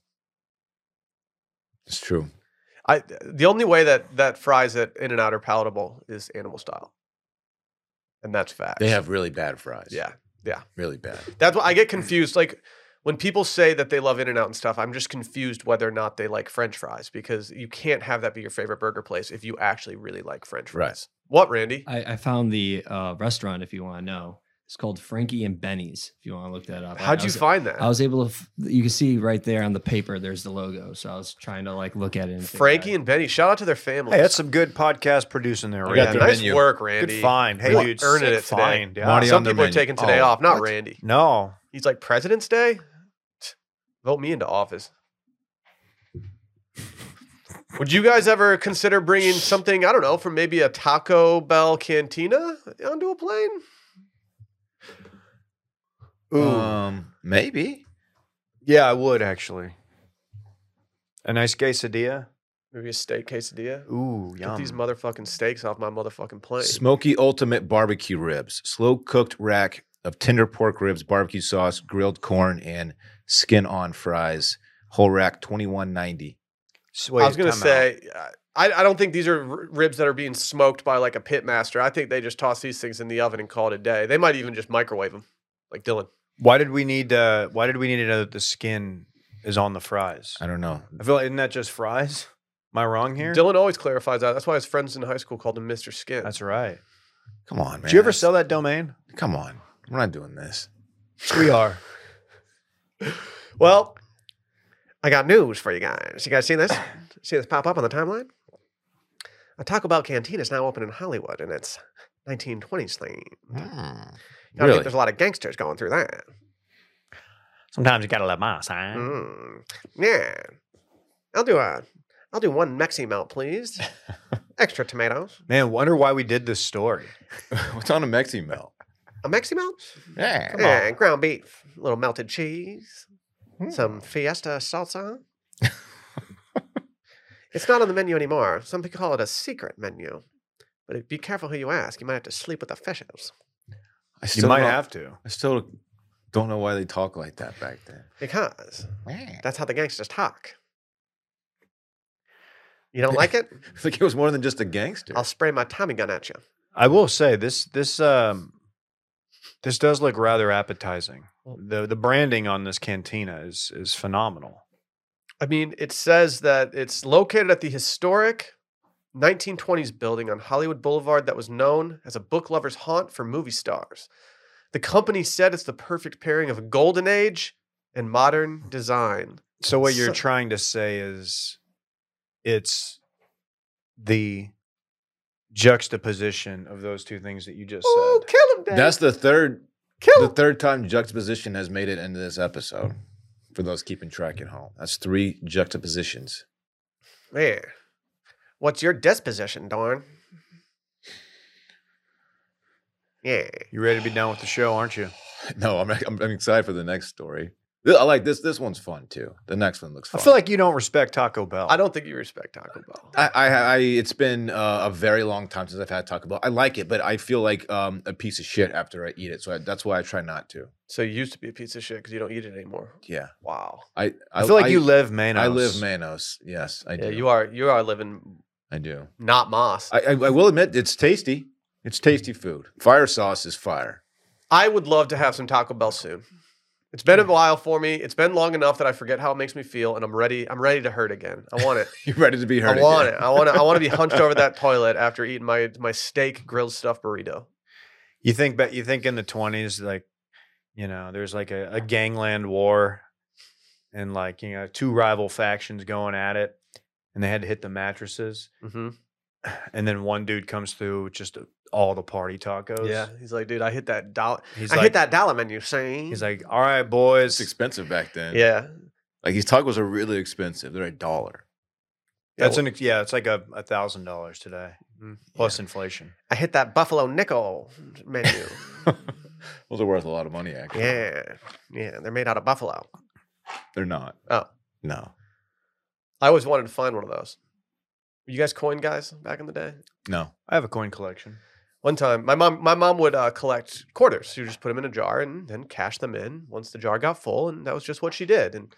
[SPEAKER 3] It's true.
[SPEAKER 1] I the only way that that fries at In and Out are palatable is animal style, and that's fact.
[SPEAKER 3] They have really bad fries.
[SPEAKER 1] yeah.
[SPEAKER 3] really bad.
[SPEAKER 1] That's why I get confused. Like when people say that they love In and Out and stuff, I'm just confused whether or not they like French fries because you can't have that be your favorite burger place if you actually really like French fries.
[SPEAKER 3] Right.
[SPEAKER 1] What, Randy?
[SPEAKER 4] I, I found the uh, restaurant if you want to know. It's called Frankie and Benny's. If you want to look that up, I-
[SPEAKER 1] How'd
[SPEAKER 4] I
[SPEAKER 1] you
[SPEAKER 4] was-
[SPEAKER 1] find that?
[SPEAKER 4] I was able to. F- you can see right there on the paper. There's the logo. So I was trying to like look at it. And figure
[SPEAKER 1] Frankie
[SPEAKER 4] out-
[SPEAKER 1] and Benny. Shout out to their families.
[SPEAKER 2] Hey, that's some good podcast producing there,
[SPEAKER 3] I
[SPEAKER 1] yeah,
[SPEAKER 3] got
[SPEAKER 2] Randy.
[SPEAKER 3] their
[SPEAKER 1] nice
[SPEAKER 3] menu.
[SPEAKER 1] work,
[SPEAKER 2] Good
[SPEAKER 1] Randy.
[SPEAKER 2] find. Hey,
[SPEAKER 1] What?
[SPEAKER 2] dude,
[SPEAKER 1] Earning
[SPEAKER 2] sick
[SPEAKER 1] it today.
[SPEAKER 2] Find. Yeah.
[SPEAKER 3] Marty-
[SPEAKER 1] Some
[SPEAKER 3] on their
[SPEAKER 1] people are
[SPEAKER 3] menu.
[SPEAKER 1] taking today
[SPEAKER 3] Oh,
[SPEAKER 1] off, not
[SPEAKER 3] what?
[SPEAKER 1] Randy.
[SPEAKER 2] No.
[SPEAKER 1] He's like President's Day. Vote me into office. Would you guys ever consider bringing something I don't know from maybe a Taco Bell cantina onto a plane?
[SPEAKER 2] Ooh.
[SPEAKER 3] Um, maybe.
[SPEAKER 2] yeah, I would actually. A nice quesadilla.
[SPEAKER 1] Maybe a steak quesadilla.
[SPEAKER 2] Ooh,
[SPEAKER 1] Get
[SPEAKER 2] yum.
[SPEAKER 1] these motherfucking steaks off my motherfucking plane.
[SPEAKER 3] Smoky Ultimate Barbecue Ribs, slow cooked rack of tender pork ribs, barbecue sauce, grilled corn, and skin on fries. Whole rack twenty one ninety.
[SPEAKER 2] S- wait,
[SPEAKER 1] I was gonna
[SPEAKER 2] time out.
[SPEAKER 1] say, uh, I, I don't think these are r- ribs that are being smoked by like a pit master. I think they just toss these things in the oven and call it a day. They might even just microwave them, like Dylan.
[SPEAKER 2] Why did we need? Uh, why did we need to know that the skin is on the fries?
[SPEAKER 3] I don't know.
[SPEAKER 2] I feel like isn't that just fries? Am I wrong here?
[SPEAKER 1] Dylan always clarifies that. That's why his friends in high school called him Mr. Skin.
[SPEAKER 2] That's right.
[SPEAKER 3] Come on, man.
[SPEAKER 2] Did you ever
[SPEAKER 3] that's-
[SPEAKER 2] sell that domain?
[SPEAKER 3] Come on. We're not doing this.
[SPEAKER 2] We are.
[SPEAKER 1] Well, I got news for you guys. You guys seen this? See this pop up on the timeline? A Taco Bell canteen is now open in Hollywood, and it's 1920s thing.
[SPEAKER 2] Hmm.
[SPEAKER 1] I think
[SPEAKER 3] Really?
[SPEAKER 1] there's a lot of gangsters going through that.
[SPEAKER 2] Sometimes you gotta let moss, huh?
[SPEAKER 1] Mm. Yeah, I'll do a, I'll do one Mexi melt, please. Extra tomatoes.
[SPEAKER 2] Man, wonder why we did this story.
[SPEAKER 3] What's on a Mexi melt?
[SPEAKER 1] A Mexi melt?
[SPEAKER 3] Yeah.
[SPEAKER 2] Come
[SPEAKER 1] Yeah, ground beef, a little melted cheese, some fiesta salsa. it's not on the menu anymore. Some people call it a secret menu. But if- be careful who you ask. You might have to sleep with the fishes.
[SPEAKER 3] I
[SPEAKER 2] You
[SPEAKER 3] still
[SPEAKER 2] might
[SPEAKER 3] don't-
[SPEAKER 2] have to.
[SPEAKER 3] I still don't know why they talk like that back then.
[SPEAKER 1] Because
[SPEAKER 3] Man.
[SPEAKER 1] that's how the gangsters talk. You don't like it?
[SPEAKER 3] It's like it was more than just a gangster.
[SPEAKER 1] I'll spray my Tommy gun at you.
[SPEAKER 2] I will say this this um this does look rather appetizing. The the branding on this cantina is is phenomenal.
[SPEAKER 1] I mean, it says that it's located at the historic 1920s building on Hollywood Boulevard that was known as a book lover's haunt for movie stars. The company said it's the perfect pairing of golden age and modern design.
[SPEAKER 2] So what you're
[SPEAKER 1] So-
[SPEAKER 2] trying to say is it's the juxtaposition of those two things that you just
[SPEAKER 1] Oh,
[SPEAKER 2] said.
[SPEAKER 1] kill him, Dave.
[SPEAKER 3] That's the third
[SPEAKER 1] kill
[SPEAKER 3] the
[SPEAKER 1] him.
[SPEAKER 3] third time juxtaposition has made it into this episode. For those keeping track at home, that's three juxtapositions.
[SPEAKER 1] Man, what's your disposition, Darn? Yeah.
[SPEAKER 2] You ready to be done with the show, aren't you?
[SPEAKER 3] No, I'm, I'm, I'm excited for the next story. Th- I like this. This one's fun too. The next one looks
[SPEAKER 2] I
[SPEAKER 3] fun.
[SPEAKER 2] feel like you don't respect Taco Bell.
[SPEAKER 1] I don't think you respect Taco Bell.
[SPEAKER 3] I, I, I it's been uh, a very long time since I've had Taco Bell. I like it, but I feel like um, a piece of shit after I eat it. So I, that's why I try not to.
[SPEAKER 1] So you used to be a piece of shit because you don't eat it anymore.
[SPEAKER 3] Yeah,
[SPEAKER 1] Wow.
[SPEAKER 3] I
[SPEAKER 2] I feel like you live Manos.
[SPEAKER 3] I live Manos. Yes, I do.
[SPEAKER 1] Yeah, you are you are living
[SPEAKER 3] I do.
[SPEAKER 1] not moss.
[SPEAKER 3] I, I, I will admit it's tasty. It's tasty food. Fire sauce is fire.
[SPEAKER 1] I would love to have some Taco Bell soon. It's been a while for me. It's been long enough that I forget how it makes me feel, and I'm ready. I'm ready to hurt again. I want it.
[SPEAKER 3] You're ready to be hurt.
[SPEAKER 1] I want
[SPEAKER 3] again.
[SPEAKER 1] it. I want to. I want to be hunched over that toilet after eating my my steak grilled stuffed burrito.
[SPEAKER 2] You think but you think in the twenties, like, you know, there's like a, a gangland war and like, you know, two rival factions going at it and they had to hit the mattresses.
[SPEAKER 1] hmm
[SPEAKER 2] And then one dude comes through with just uh, all the party tacos.
[SPEAKER 1] Yeah, he's like, dude, I hit that dollar.
[SPEAKER 2] He's
[SPEAKER 1] I
[SPEAKER 2] like
[SPEAKER 1] hit that dollar menu. Saying
[SPEAKER 2] he's like, Mm-hmm. All right, boys.
[SPEAKER 3] It's expensive back then.
[SPEAKER 1] yeah,
[SPEAKER 3] like these tacos are really expensive. They're a dollar.
[SPEAKER 2] That's
[SPEAKER 1] Yeah,
[SPEAKER 2] an ex- yeah, it's like a a thousand dollars today.
[SPEAKER 1] Mm.
[SPEAKER 2] Plus inflation.
[SPEAKER 1] I hit that buffalo nickel menu.
[SPEAKER 3] Those are worth a lot of money. Actually,
[SPEAKER 1] yeah, yeah, they're made out of buffalo.
[SPEAKER 3] they're not.
[SPEAKER 1] Oh.
[SPEAKER 3] no,
[SPEAKER 1] I always wanted to find one of those. Were you guys coin guys back in the day?
[SPEAKER 3] no.
[SPEAKER 2] I have a coin collection.
[SPEAKER 1] One time, my mom my mom would uh, collect quarters. She would just put them in a jar and then cash them in once the jar got full, and that was just what she did. And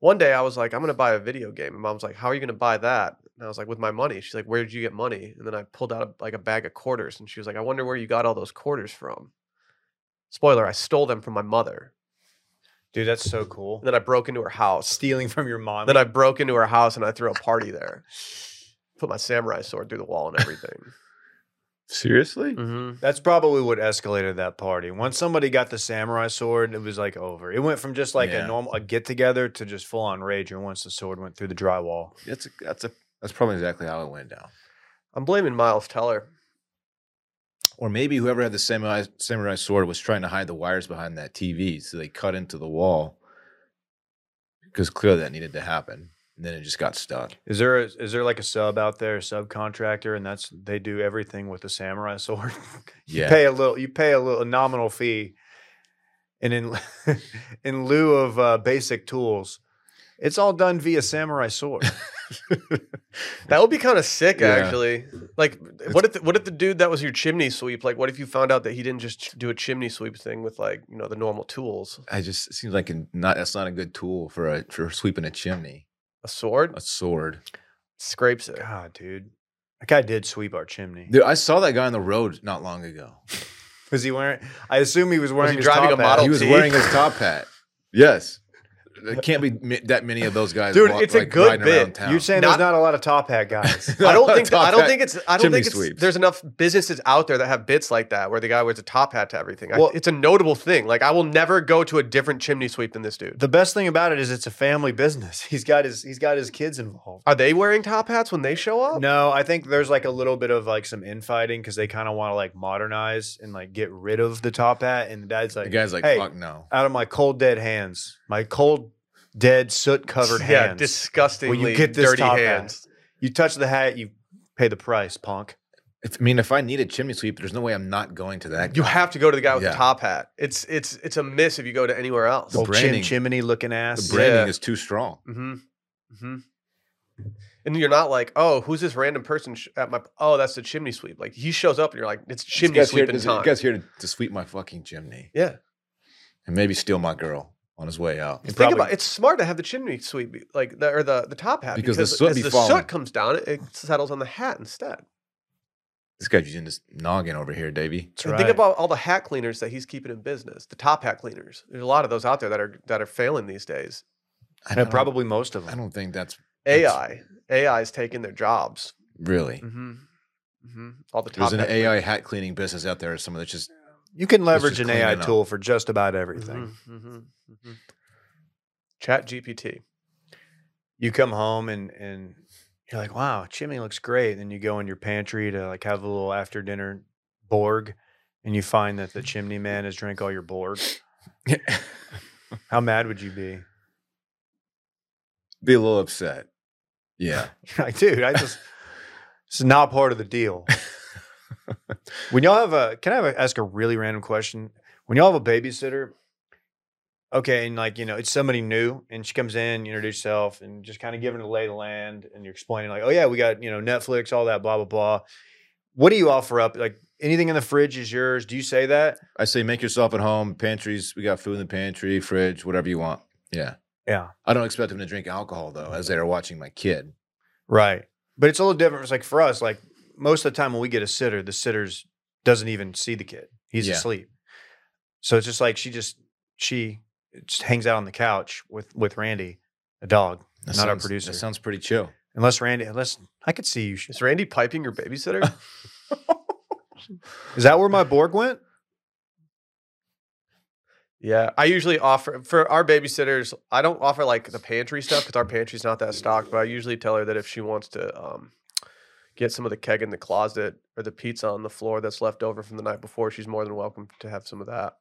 [SPEAKER 1] one day, I was like, "I'm going to buy a video game." And mom's like, "How are you going to buy that?" And I was like, "With my money." She's like, "Where did you get money?" And then I pulled out a, like a bag of quarters, and she was like, "I wonder where you got all those quarters from." Spoiler: I stole them from my mother.
[SPEAKER 2] Dude, that's so cool.
[SPEAKER 1] And then I broke into her house.
[SPEAKER 2] Stealing from your mom.
[SPEAKER 1] Then I broke into her house and I threw a party there. Put my samurai sword through the wall and everything.
[SPEAKER 3] Seriously,
[SPEAKER 1] mm-hmm.
[SPEAKER 2] That's probably what escalated that party. Once somebody got the samurai sword, it was like over. It went from just like
[SPEAKER 3] Yeah.
[SPEAKER 2] a normal a get together to just full on rage. And once the sword went through the drywall,
[SPEAKER 3] that's a, that's a that's probably exactly how it went down.
[SPEAKER 1] I'm blaming Miles Teller.
[SPEAKER 3] Or maybe whoever had the samurai samurai sword was trying to hide the wires behind that TV, so they cut into the wall because clearly that needed to happen. And then it just got stuck.
[SPEAKER 2] is there a, is there like a sub out there, a subcontractor, and that's they do everything with the samurai sword. you
[SPEAKER 3] Yeah.
[SPEAKER 2] pay a little, you pay a little a nominal fee, and in in lieu of uh, basic tools, it's all done via samurai sword.
[SPEAKER 1] That would be kind of sick,
[SPEAKER 3] Yeah.
[SPEAKER 1] actually. Like, what if the, what if the dude that was your chimney sweep? Like, what if you found out that he didn't just ch- do a chimney sweep thing with like you know the normal tools,
[SPEAKER 3] I just it seems like a, not that's not a good tool for a for sweeping a chimney.
[SPEAKER 1] a sword
[SPEAKER 3] A sword.
[SPEAKER 1] scrapes it.
[SPEAKER 2] God, dude, that guy did sweep our chimney.
[SPEAKER 3] Dude, I saw that guy on the road not long ago.
[SPEAKER 2] Was he wearing? I assume he was wearing.
[SPEAKER 1] he
[SPEAKER 2] his
[SPEAKER 1] driving
[SPEAKER 2] top
[SPEAKER 1] a
[SPEAKER 2] hat.
[SPEAKER 1] Model
[SPEAKER 3] he was
[SPEAKER 1] T?
[SPEAKER 3] wearing his top hat. Yes, there can't be mi- that many of those guys.
[SPEAKER 1] Dude,
[SPEAKER 3] walk-
[SPEAKER 1] it's a
[SPEAKER 3] like,
[SPEAKER 1] good
[SPEAKER 3] riding around
[SPEAKER 1] bit.
[SPEAKER 3] town.
[SPEAKER 2] You're saying
[SPEAKER 1] Not-
[SPEAKER 2] there's not a lot of top hat guys.
[SPEAKER 1] I don't think I don't
[SPEAKER 3] Top
[SPEAKER 1] think
[SPEAKER 3] hat.
[SPEAKER 1] it's I don't
[SPEAKER 3] chimney
[SPEAKER 1] think it's,
[SPEAKER 3] sweeps.
[SPEAKER 1] there's enough businesses out there that have bits like that where the guy wears a top hat to everything. I-
[SPEAKER 2] Well-
[SPEAKER 1] it's a notable thing. Like I will never go to a different chimney sweep than this dude.
[SPEAKER 2] the best thing about it is it's a family business. He's got his he's got his kids involved.
[SPEAKER 1] Are they wearing top hats when they show up?
[SPEAKER 2] No, I think there's like a little bit of like some infighting because they kind of want to like modernize and like get rid of the top hat. And the dad's like,
[SPEAKER 3] the guy's like,
[SPEAKER 2] "Hey,
[SPEAKER 3] fuck no.
[SPEAKER 2] out of my cold dead hands, my cold dead soot covered
[SPEAKER 1] Yeah,
[SPEAKER 2] hands.
[SPEAKER 1] disgustingly
[SPEAKER 2] Will you get this
[SPEAKER 1] dirty
[SPEAKER 2] top hat?
[SPEAKER 1] hands.
[SPEAKER 2] you touch the hat, you pay the price, punk.
[SPEAKER 3] If, I mean, if I need a chimney sweep, there's no way I'm not going to that.
[SPEAKER 1] You have to go to the guy with
[SPEAKER 3] Yeah.
[SPEAKER 1] the top hat. It's it's it's a miss if you go to anywhere else.
[SPEAKER 3] The
[SPEAKER 2] Old chin
[SPEAKER 3] branding-
[SPEAKER 2] chimney looking
[SPEAKER 3] the
[SPEAKER 2] ass.
[SPEAKER 1] brand-
[SPEAKER 3] branding
[SPEAKER 1] Yeah.
[SPEAKER 3] is too strong.
[SPEAKER 1] Mm-hmm. Mm-hmm. And you're not like, oh, who's this random person sh- at my? Oh, that's the chimney sweep. Like he shows up and you're like, it's
[SPEAKER 3] This
[SPEAKER 1] chimney
[SPEAKER 3] guy's here,
[SPEAKER 1] sweeping
[SPEAKER 3] this
[SPEAKER 1] time.
[SPEAKER 3] guy's here to, to sweep my fucking chimney
[SPEAKER 1] yeah,
[SPEAKER 3] and maybe steal my girl on his way out.
[SPEAKER 2] It's
[SPEAKER 1] think
[SPEAKER 2] probably-
[SPEAKER 1] about it's smart to have the chimney sweep be- like the or the the top hat
[SPEAKER 3] Because the soot
[SPEAKER 1] as
[SPEAKER 3] be
[SPEAKER 1] the
[SPEAKER 3] falling.
[SPEAKER 1] soot comes down, it, it settles on the hat instead.
[SPEAKER 3] This guy's using his noggin over here, Davey.
[SPEAKER 2] That's
[SPEAKER 1] And
[SPEAKER 2] right.
[SPEAKER 1] Think about all the hat cleaners that he's keeping in business. The top hat cleaners. There's a lot of those out there that are that are failing these days.
[SPEAKER 3] I
[SPEAKER 2] Yeah,
[SPEAKER 3] don't-
[SPEAKER 2] probably most of
[SPEAKER 3] I
[SPEAKER 2] them.
[SPEAKER 3] don't think that's That's-
[SPEAKER 1] AI, AI is taking their jobs.
[SPEAKER 3] really.
[SPEAKER 1] Mm-hmm. Mm-hmm. All the top
[SPEAKER 3] There's an
[SPEAKER 1] hat
[SPEAKER 3] AI hat cleaning business out there. Some of that's just
[SPEAKER 2] You can leverage
[SPEAKER 3] just
[SPEAKER 2] an AI
[SPEAKER 3] cleaning up.
[SPEAKER 2] tool for just about everything.
[SPEAKER 1] Mm-hmm. Chat GPT.
[SPEAKER 2] You come home and and you're like, wow, chimney looks great. Then you go in your pantry to like have a little after dinner Borg, and you find that the chimney man has drank all your Borg. How mad would you be?
[SPEAKER 3] be a little upset. Yeah,
[SPEAKER 2] You're like, dude, I just this is not part of the deal. when y'all have a, can I have a, ask a really random question? When y'all have a babysitter, okay, and like you know, it's somebody new, and she comes in, you introduce yourself, and just kind of giving the lay of the land, and you're explaining like, oh yeah, we got you know Netflix, all that, blah blah blah. What do you offer up? Like anything in the fridge is yours. Do you say that?
[SPEAKER 3] I say make yourself at home. Pantries, we got food in the pantry, fridge, whatever you want. Yeah,
[SPEAKER 2] Yeah,
[SPEAKER 3] I don't expect them to drink alcohol though, as they are watching my kid.
[SPEAKER 2] right. But it's a little different. It's like for us, like most of the time when we get a sitter, the sitter's doesn't even see the kid. He's
[SPEAKER 3] Yeah.
[SPEAKER 2] asleep. So it's just like she just she just hangs out on the couch with with Randy, the dog.
[SPEAKER 3] That
[SPEAKER 2] Not our
[SPEAKER 3] sounds-
[SPEAKER 2] producer.
[SPEAKER 3] That sounds pretty chill.
[SPEAKER 2] Unless Randy, unless I could see you. sh-
[SPEAKER 1] Is Randy piping your babysitter?
[SPEAKER 2] Is that where my Borg went?
[SPEAKER 1] yeah. I usually offer for our babysitters, I don't offer like the pantry stuff because our pantry's not that stocked, but I usually tell her that if she wants to um, get some of the keg in the closet or the pizza on the floor that's left over from the night before, she's more than welcome to have some of that.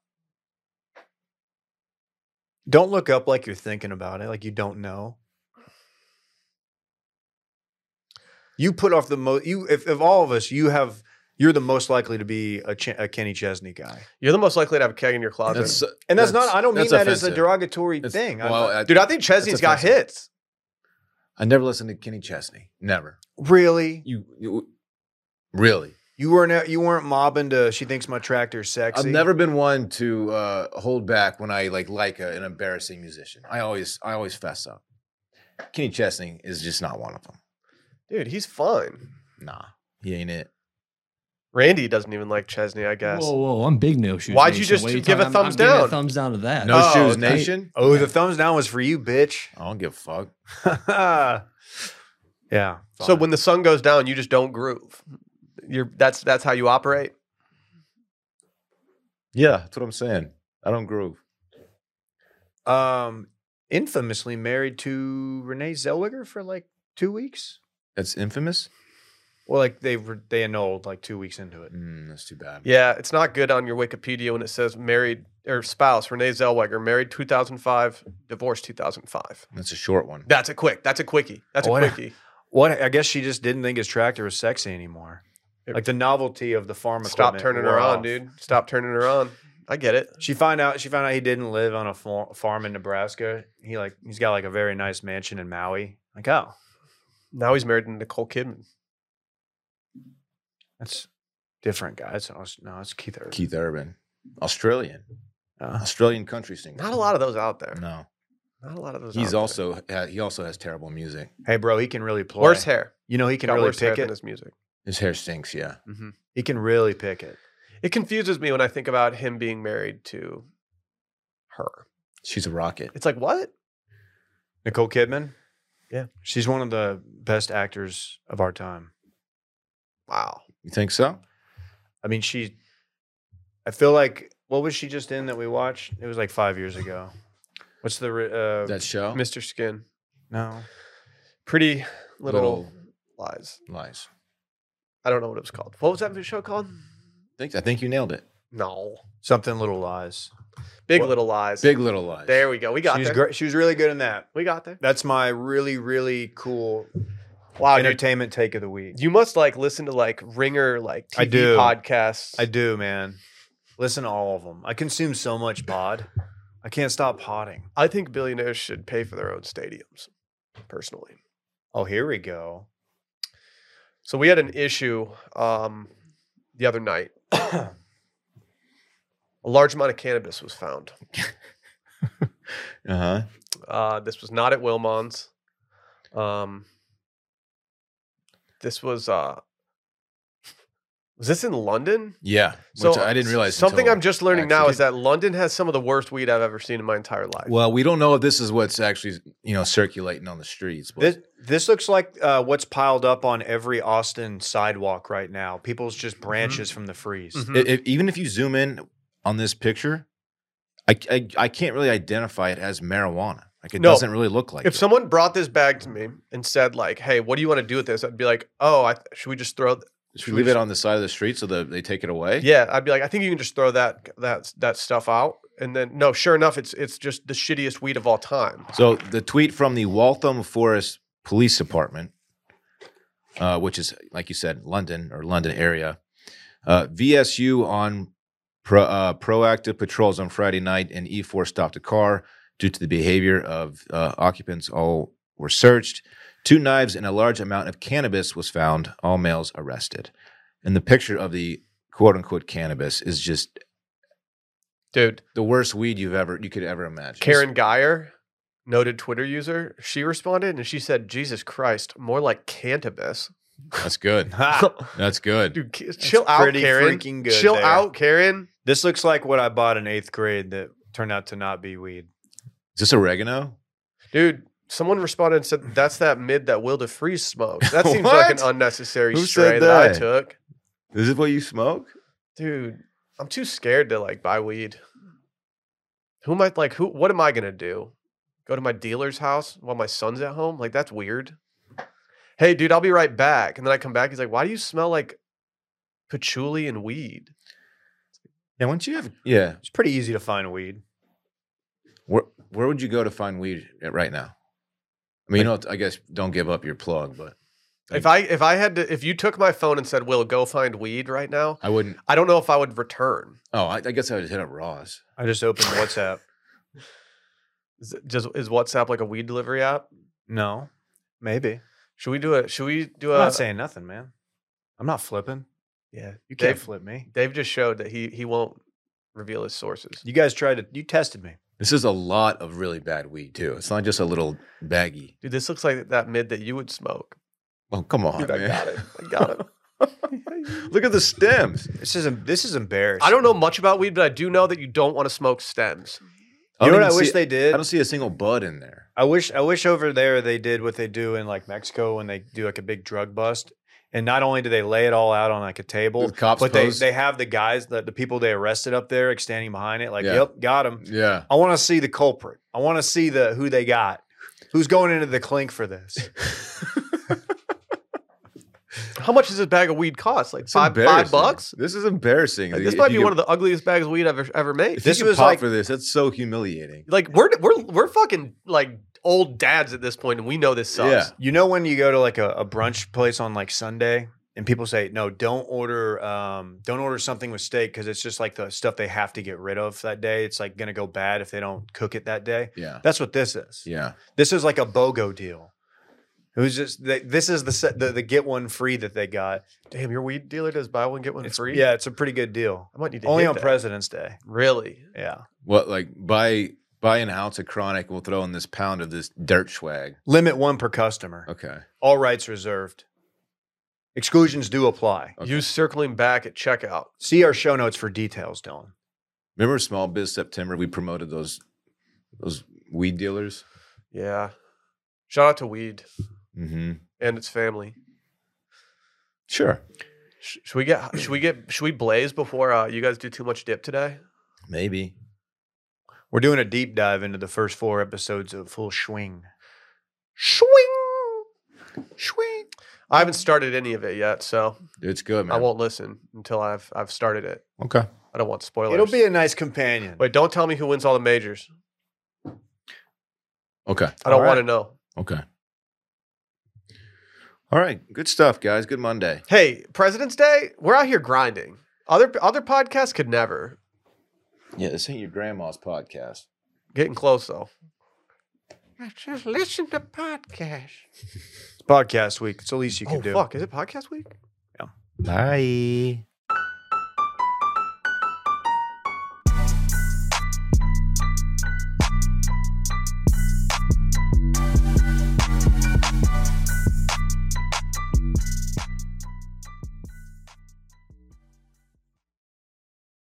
[SPEAKER 2] Don't look up like you're thinking about it, like you don't know. You put off the most. You, if of all of us, you have. You're the most likely to be a, Ch- a Kenny Chesney guy,
[SPEAKER 1] You're the most likely to have a keg in your closet.
[SPEAKER 3] That's
[SPEAKER 2] and that's,
[SPEAKER 3] That's-
[SPEAKER 2] not. I don't mean
[SPEAKER 3] that's
[SPEAKER 2] that as a
[SPEAKER 3] offensive.
[SPEAKER 2] derogatory
[SPEAKER 3] that's-
[SPEAKER 2] thing. I'm
[SPEAKER 3] well,
[SPEAKER 2] not-
[SPEAKER 3] I,
[SPEAKER 1] Dude, I think Chesney's got
[SPEAKER 3] offensive.
[SPEAKER 1] hits.
[SPEAKER 3] I never listened to Kenny Chesney. Never.
[SPEAKER 2] really,
[SPEAKER 3] You, you really?
[SPEAKER 2] You weren't you weren't mobbing to she thinks my tractor's sexy.
[SPEAKER 3] I've never been one to uh, hold back when I like like a, an embarrassing musician. I always I always fess up. Kenny Chesney is just not one of them.
[SPEAKER 1] Dude, he's fine.
[SPEAKER 3] Nah, he ain't it.
[SPEAKER 1] Randy doesn't even like Chesney, I guess.
[SPEAKER 4] Whoa, whoa! I'm big no shoes.
[SPEAKER 1] Why'd you
[SPEAKER 4] Nation.
[SPEAKER 1] just
[SPEAKER 4] What are
[SPEAKER 1] give a
[SPEAKER 4] talking- I'm-
[SPEAKER 1] thumbs
[SPEAKER 4] I'm giving a
[SPEAKER 1] down?
[SPEAKER 4] thumbs down to that.
[SPEAKER 3] No
[SPEAKER 1] Oh,
[SPEAKER 3] shoes
[SPEAKER 1] okay.
[SPEAKER 3] nation.
[SPEAKER 2] Oh, the thumbs down was for you, bitch.
[SPEAKER 3] I don't give a fuck.
[SPEAKER 2] yeah.
[SPEAKER 1] So
[SPEAKER 2] fine.
[SPEAKER 1] when the sun goes down, you just don't groove. You're that's that's how you operate.
[SPEAKER 3] Yeah, that's what I'm saying. I don't groove.
[SPEAKER 2] um infamously married to Renee Zellweger for like 2 weeks.
[SPEAKER 3] That's infamous.
[SPEAKER 2] Well, like they were they annulled like 2 weeks into it.
[SPEAKER 3] Mm, that's too bad.
[SPEAKER 1] Yeah, it's not good on your Wikipedia when it says married or spouse Renee Zellweger, married 2005, divorced 2005.
[SPEAKER 3] that's a short one.
[SPEAKER 1] That's a quick. That's a quickie. That's a
[SPEAKER 2] What a-
[SPEAKER 1] quickie.
[SPEAKER 2] What I guess she just didn't think his tractor was sexy anymore.
[SPEAKER 1] It-
[SPEAKER 2] Like the novelty of the farm
[SPEAKER 1] Stop
[SPEAKER 2] equipment
[SPEAKER 1] turning
[SPEAKER 2] wore
[SPEAKER 1] her on,
[SPEAKER 2] off.
[SPEAKER 1] dude. Stop turning her on. I get it.
[SPEAKER 2] She found out she found out he didn't live on a far- farm in Nebraska. He like he's got like a very nice mansion in Maui. Like, oh,
[SPEAKER 1] Now he's married to Nicole Kidman.
[SPEAKER 2] That's different, guys. No, it's, no, it's Keith Urban.
[SPEAKER 3] Keith Urban, Australian,
[SPEAKER 2] Uh,
[SPEAKER 3] Australian country singer.
[SPEAKER 1] Not a lot of those out there.
[SPEAKER 3] No,
[SPEAKER 1] Not a lot of those. out
[SPEAKER 3] he's
[SPEAKER 1] there.
[SPEAKER 3] also ha- he also has terrible music.
[SPEAKER 2] hey, bro, he can really play.
[SPEAKER 1] worse hair.
[SPEAKER 2] You know, he
[SPEAKER 1] He
[SPEAKER 2] can
[SPEAKER 1] got
[SPEAKER 2] really
[SPEAKER 1] worse hair
[SPEAKER 2] pick
[SPEAKER 1] than
[SPEAKER 2] it.
[SPEAKER 1] his music.
[SPEAKER 3] His hair stinks. Yeah,
[SPEAKER 2] He can really pick it.
[SPEAKER 1] It confuses me when I think about him being married to her.
[SPEAKER 3] She's a rocket.
[SPEAKER 1] It's like what?
[SPEAKER 2] Nicole Kidman.
[SPEAKER 1] Yeah.
[SPEAKER 2] she's one of the best actors of our time.
[SPEAKER 1] Wow.
[SPEAKER 3] You think so?
[SPEAKER 2] I mean, she. I feel like what was she just in that we watched? It was like five years ago. What's the ri- uh,
[SPEAKER 1] Oh,
[SPEAKER 3] That show?
[SPEAKER 1] Mr. Skin.
[SPEAKER 2] no?
[SPEAKER 1] Pretty little, lies.
[SPEAKER 3] lies.
[SPEAKER 1] I don't know what it was called. What was that show called?
[SPEAKER 3] I think I think you nailed it.
[SPEAKER 1] No.
[SPEAKER 2] Something Little Lies.
[SPEAKER 1] Big
[SPEAKER 2] What?
[SPEAKER 1] Little Lies.
[SPEAKER 3] Big Little Lies.
[SPEAKER 1] There we go. We got
[SPEAKER 2] she was
[SPEAKER 1] there.
[SPEAKER 2] great. She was really good in that.
[SPEAKER 1] We got there.
[SPEAKER 2] That's my really really cool
[SPEAKER 1] Wow, dude.
[SPEAKER 2] entertainment take of the week.
[SPEAKER 1] You must like listen to like ringer like TV
[SPEAKER 2] I do.
[SPEAKER 1] podcasts.
[SPEAKER 2] I do, man. Listen to all of them. I consume so much pod. I can't stop podding.
[SPEAKER 1] I think billionaires should pay for their own stadiums, personally.
[SPEAKER 2] Oh, here we go.
[SPEAKER 1] So we had an issue um, the other night. a large amount of cannabis was found.
[SPEAKER 3] Uh huh.
[SPEAKER 1] Uh, this was not at Wilmon's. Um, this was uh, was this in London?
[SPEAKER 3] Yeah. which I didn't realize
[SPEAKER 1] uh, Something
[SPEAKER 3] until-
[SPEAKER 1] I'm just learning now
[SPEAKER 3] actually-
[SPEAKER 1] is that London has some of the worst weed I've ever seen in my entire life.
[SPEAKER 3] Well, we don't know if this is what's actually you know circulating on the streets. But
[SPEAKER 2] This this looks like uh, what's piled up on every Austin sidewalk right now. People's just branches from the freeze.
[SPEAKER 1] Mhm.
[SPEAKER 3] i- if- even if you zoom in on this picture, I, I I can't really identify it as marijuana. Like it
[SPEAKER 1] No.
[SPEAKER 3] doesn't really look like.
[SPEAKER 1] if
[SPEAKER 3] it.
[SPEAKER 1] someone brought this bag to me and said like, "Hey, what do you want to do with this?" I'd be like, "Oh, I, should we just throw?" th-
[SPEAKER 3] should we leave it on the side of the street so that they take it away?
[SPEAKER 1] Yeah, I'd be like, "I think you can just throw that that that stuff out." And then no, sure enough, it's it's just the shittiest weed of all time.
[SPEAKER 3] So the tweet from the Waltham Forest Police Department, uh, which is like you said, London or London area, uh, VSU on pro, uh, proactive patrols on Friday night, and E4 stopped a car due to the behavior of uh, occupants. All were searched. Two knives and a large amount of cannabis was found. All males arrested. And the picture of the quote unquote cannabis is just
[SPEAKER 1] Dude,
[SPEAKER 3] the worst weed you've ever you could ever imagine.
[SPEAKER 1] Karen Geyer, noted Twitter user, she responded and she said, "Jesus Christ, more like cannabis."
[SPEAKER 3] That's good.
[SPEAKER 2] Ha!
[SPEAKER 3] That's good.
[SPEAKER 1] Dude, ki- chill out,
[SPEAKER 2] pretty
[SPEAKER 1] Karen.
[SPEAKER 2] freaking good
[SPEAKER 1] chill
[SPEAKER 2] there.
[SPEAKER 1] out, Karen.
[SPEAKER 2] This looks like what I bought in eighth grade that turned out to not be weed.
[SPEAKER 3] Is this oregano?
[SPEAKER 1] Dude, someone responded and said, "That's that mid that Will DeFreeze smokes." That seems like an
[SPEAKER 3] What?
[SPEAKER 1] unnecessary
[SPEAKER 3] Who
[SPEAKER 1] stray
[SPEAKER 3] said
[SPEAKER 1] that I
[SPEAKER 3] that?
[SPEAKER 1] took.
[SPEAKER 3] Is it what you smoke?
[SPEAKER 1] dude i'm too scared to like buy weed who am i like who what am i gonna do go to my dealer's house while my son's at home like that's weird hey dude i'll be right back and then i come back he's like why do you smell like patchouli and weed
[SPEAKER 3] Yeah, once you have yeah,
[SPEAKER 2] It's pretty easy to find weed.
[SPEAKER 3] where where would you go to find weed at right now? I mean, you know, I guess don't give up your plug, but
[SPEAKER 1] if i if i had to if you took my phone and said will go find weed right now
[SPEAKER 3] I wouldn't.
[SPEAKER 1] i don't know if i would return
[SPEAKER 3] Oh, I, I guess I would hit up Ross.
[SPEAKER 2] I just opened WhatsApp.
[SPEAKER 1] is, it- does, is whatsapp like a weed delivery app
[SPEAKER 2] No, maybe.
[SPEAKER 1] should we do a should we do
[SPEAKER 2] I'm
[SPEAKER 1] a
[SPEAKER 2] not saying nothing, man. I'm not flipping.
[SPEAKER 1] yeah
[SPEAKER 2] You can't
[SPEAKER 1] Dave,
[SPEAKER 2] flip me.
[SPEAKER 1] dave just showed that he he won't reveal his sources
[SPEAKER 2] You guys tried to. You tested me.
[SPEAKER 3] This is a lot of really bad weed too. It's not just a little baggy.
[SPEAKER 1] Dude, this looks like that mid that you would smoke.
[SPEAKER 3] Oh, come on,
[SPEAKER 1] Dude, I
[SPEAKER 3] man.
[SPEAKER 1] got it. I got it.
[SPEAKER 3] Look at the stems.
[SPEAKER 2] This is em- this is embarrassing.
[SPEAKER 1] I don't know much about weed, but I do know that you don't want to smoke stems.
[SPEAKER 2] You know what I wish
[SPEAKER 3] see,
[SPEAKER 2] they
[SPEAKER 3] I
[SPEAKER 2] did?
[SPEAKER 3] don't see a single bud in there.
[SPEAKER 2] I wish I wish over there they did what they do in like Mexico when they do like a big drug bust. And not only do they lay it all out on like a table,
[SPEAKER 3] The cops
[SPEAKER 2] but they,
[SPEAKER 3] pose.
[SPEAKER 2] they have the guys the, the people they arrested up there like standing behind it, like,
[SPEAKER 3] Yeah.
[SPEAKER 2] yep, got him.
[SPEAKER 3] Yeah.
[SPEAKER 2] I want to see the culprit. I want to see the who they got. Who's going into the clink for this?
[SPEAKER 1] How much does this bag of weed cost? Like
[SPEAKER 3] It's
[SPEAKER 1] five five
[SPEAKER 3] embarrassing.
[SPEAKER 1] bucks?
[SPEAKER 3] This is embarrassing.
[SPEAKER 1] Like, this might be one of the ugliest bags of weed I've ever, ever made.
[SPEAKER 3] If this
[SPEAKER 2] this
[SPEAKER 3] you
[SPEAKER 2] was
[SPEAKER 3] was pop
[SPEAKER 2] like-
[SPEAKER 3] for this. That's so humiliating.
[SPEAKER 1] Like we're we're we're fucking like old dads at this point, and we know this sucks.
[SPEAKER 3] Yeah.
[SPEAKER 2] You know when you go to like a, a brunch place on like Sunday and people say, no, don't order um, don't order something with steak because it's just like the stuff they have to get rid of that day. It's like gonna go bad if they don't cook it that day.
[SPEAKER 3] Yeah.
[SPEAKER 2] That's what this is.
[SPEAKER 3] Yeah.
[SPEAKER 2] This is like a BOGO deal. It was just they, this is the, set, the the get one free that they got.
[SPEAKER 1] Damn, your weed dealer does buy one get one
[SPEAKER 2] It's-
[SPEAKER 1] free.
[SPEAKER 2] Yeah, it's a pretty good deal.
[SPEAKER 1] I might need to
[SPEAKER 2] Only
[SPEAKER 1] hit
[SPEAKER 2] on
[SPEAKER 1] that.
[SPEAKER 2] President's Day.
[SPEAKER 1] Really?
[SPEAKER 2] Yeah,
[SPEAKER 3] What like buy buy an ounce of chronic, we'll throw in this pound of this dirt swag.
[SPEAKER 2] limit one per customer.
[SPEAKER 3] Okay.
[SPEAKER 2] All rights reserved. Exclusions do apply.
[SPEAKER 3] Okay.
[SPEAKER 1] You circling back at checkout.
[SPEAKER 2] See our show notes for details, Dylan.
[SPEAKER 3] Remember Small Biz September? We promoted those those weed dealers.
[SPEAKER 1] Yeah. Shout out to Weed
[SPEAKER 3] Mm-hmm.
[SPEAKER 1] and its family.
[SPEAKER 3] Sure.
[SPEAKER 1] Sh- Should we get should we get should we blaze before uh, you guys do too much dip today?
[SPEAKER 3] Maybe.
[SPEAKER 2] We're doing a deep dive into the first four episodes of Full Swing.
[SPEAKER 1] Swing, swing. I haven't started any of it yet, so
[SPEAKER 3] Dude, it's good, man.
[SPEAKER 1] I won't listen until I've I've started it.
[SPEAKER 3] Okay.
[SPEAKER 1] I don't want spoilers.
[SPEAKER 2] It'll be a nice companion.
[SPEAKER 1] Wait, don't tell me who wins all the majors.
[SPEAKER 3] Okay.
[SPEAKER 1] I don't
[SPEAKER 2] All right.
[SPEAKER 1] want to know.
[SPEAKER 3] Okay. All right. Good stuff, guys. Good Monday.
[SPEAKER 1] Hey, President's Day, we're out here grinding. Other other podcasts could never.
[SPEAKER 3] Yeah, this ain't your grandma's podcast.
[SPEAKER 1] Getting close though.
[SPEAKER 2] It's podcast week. It's the least you can
[SPEAKER 1] oh
[SPEAKER 2] do.
[SPEAKER 1] fuck, is it podcast week?
[SPEAKER 3] Bye.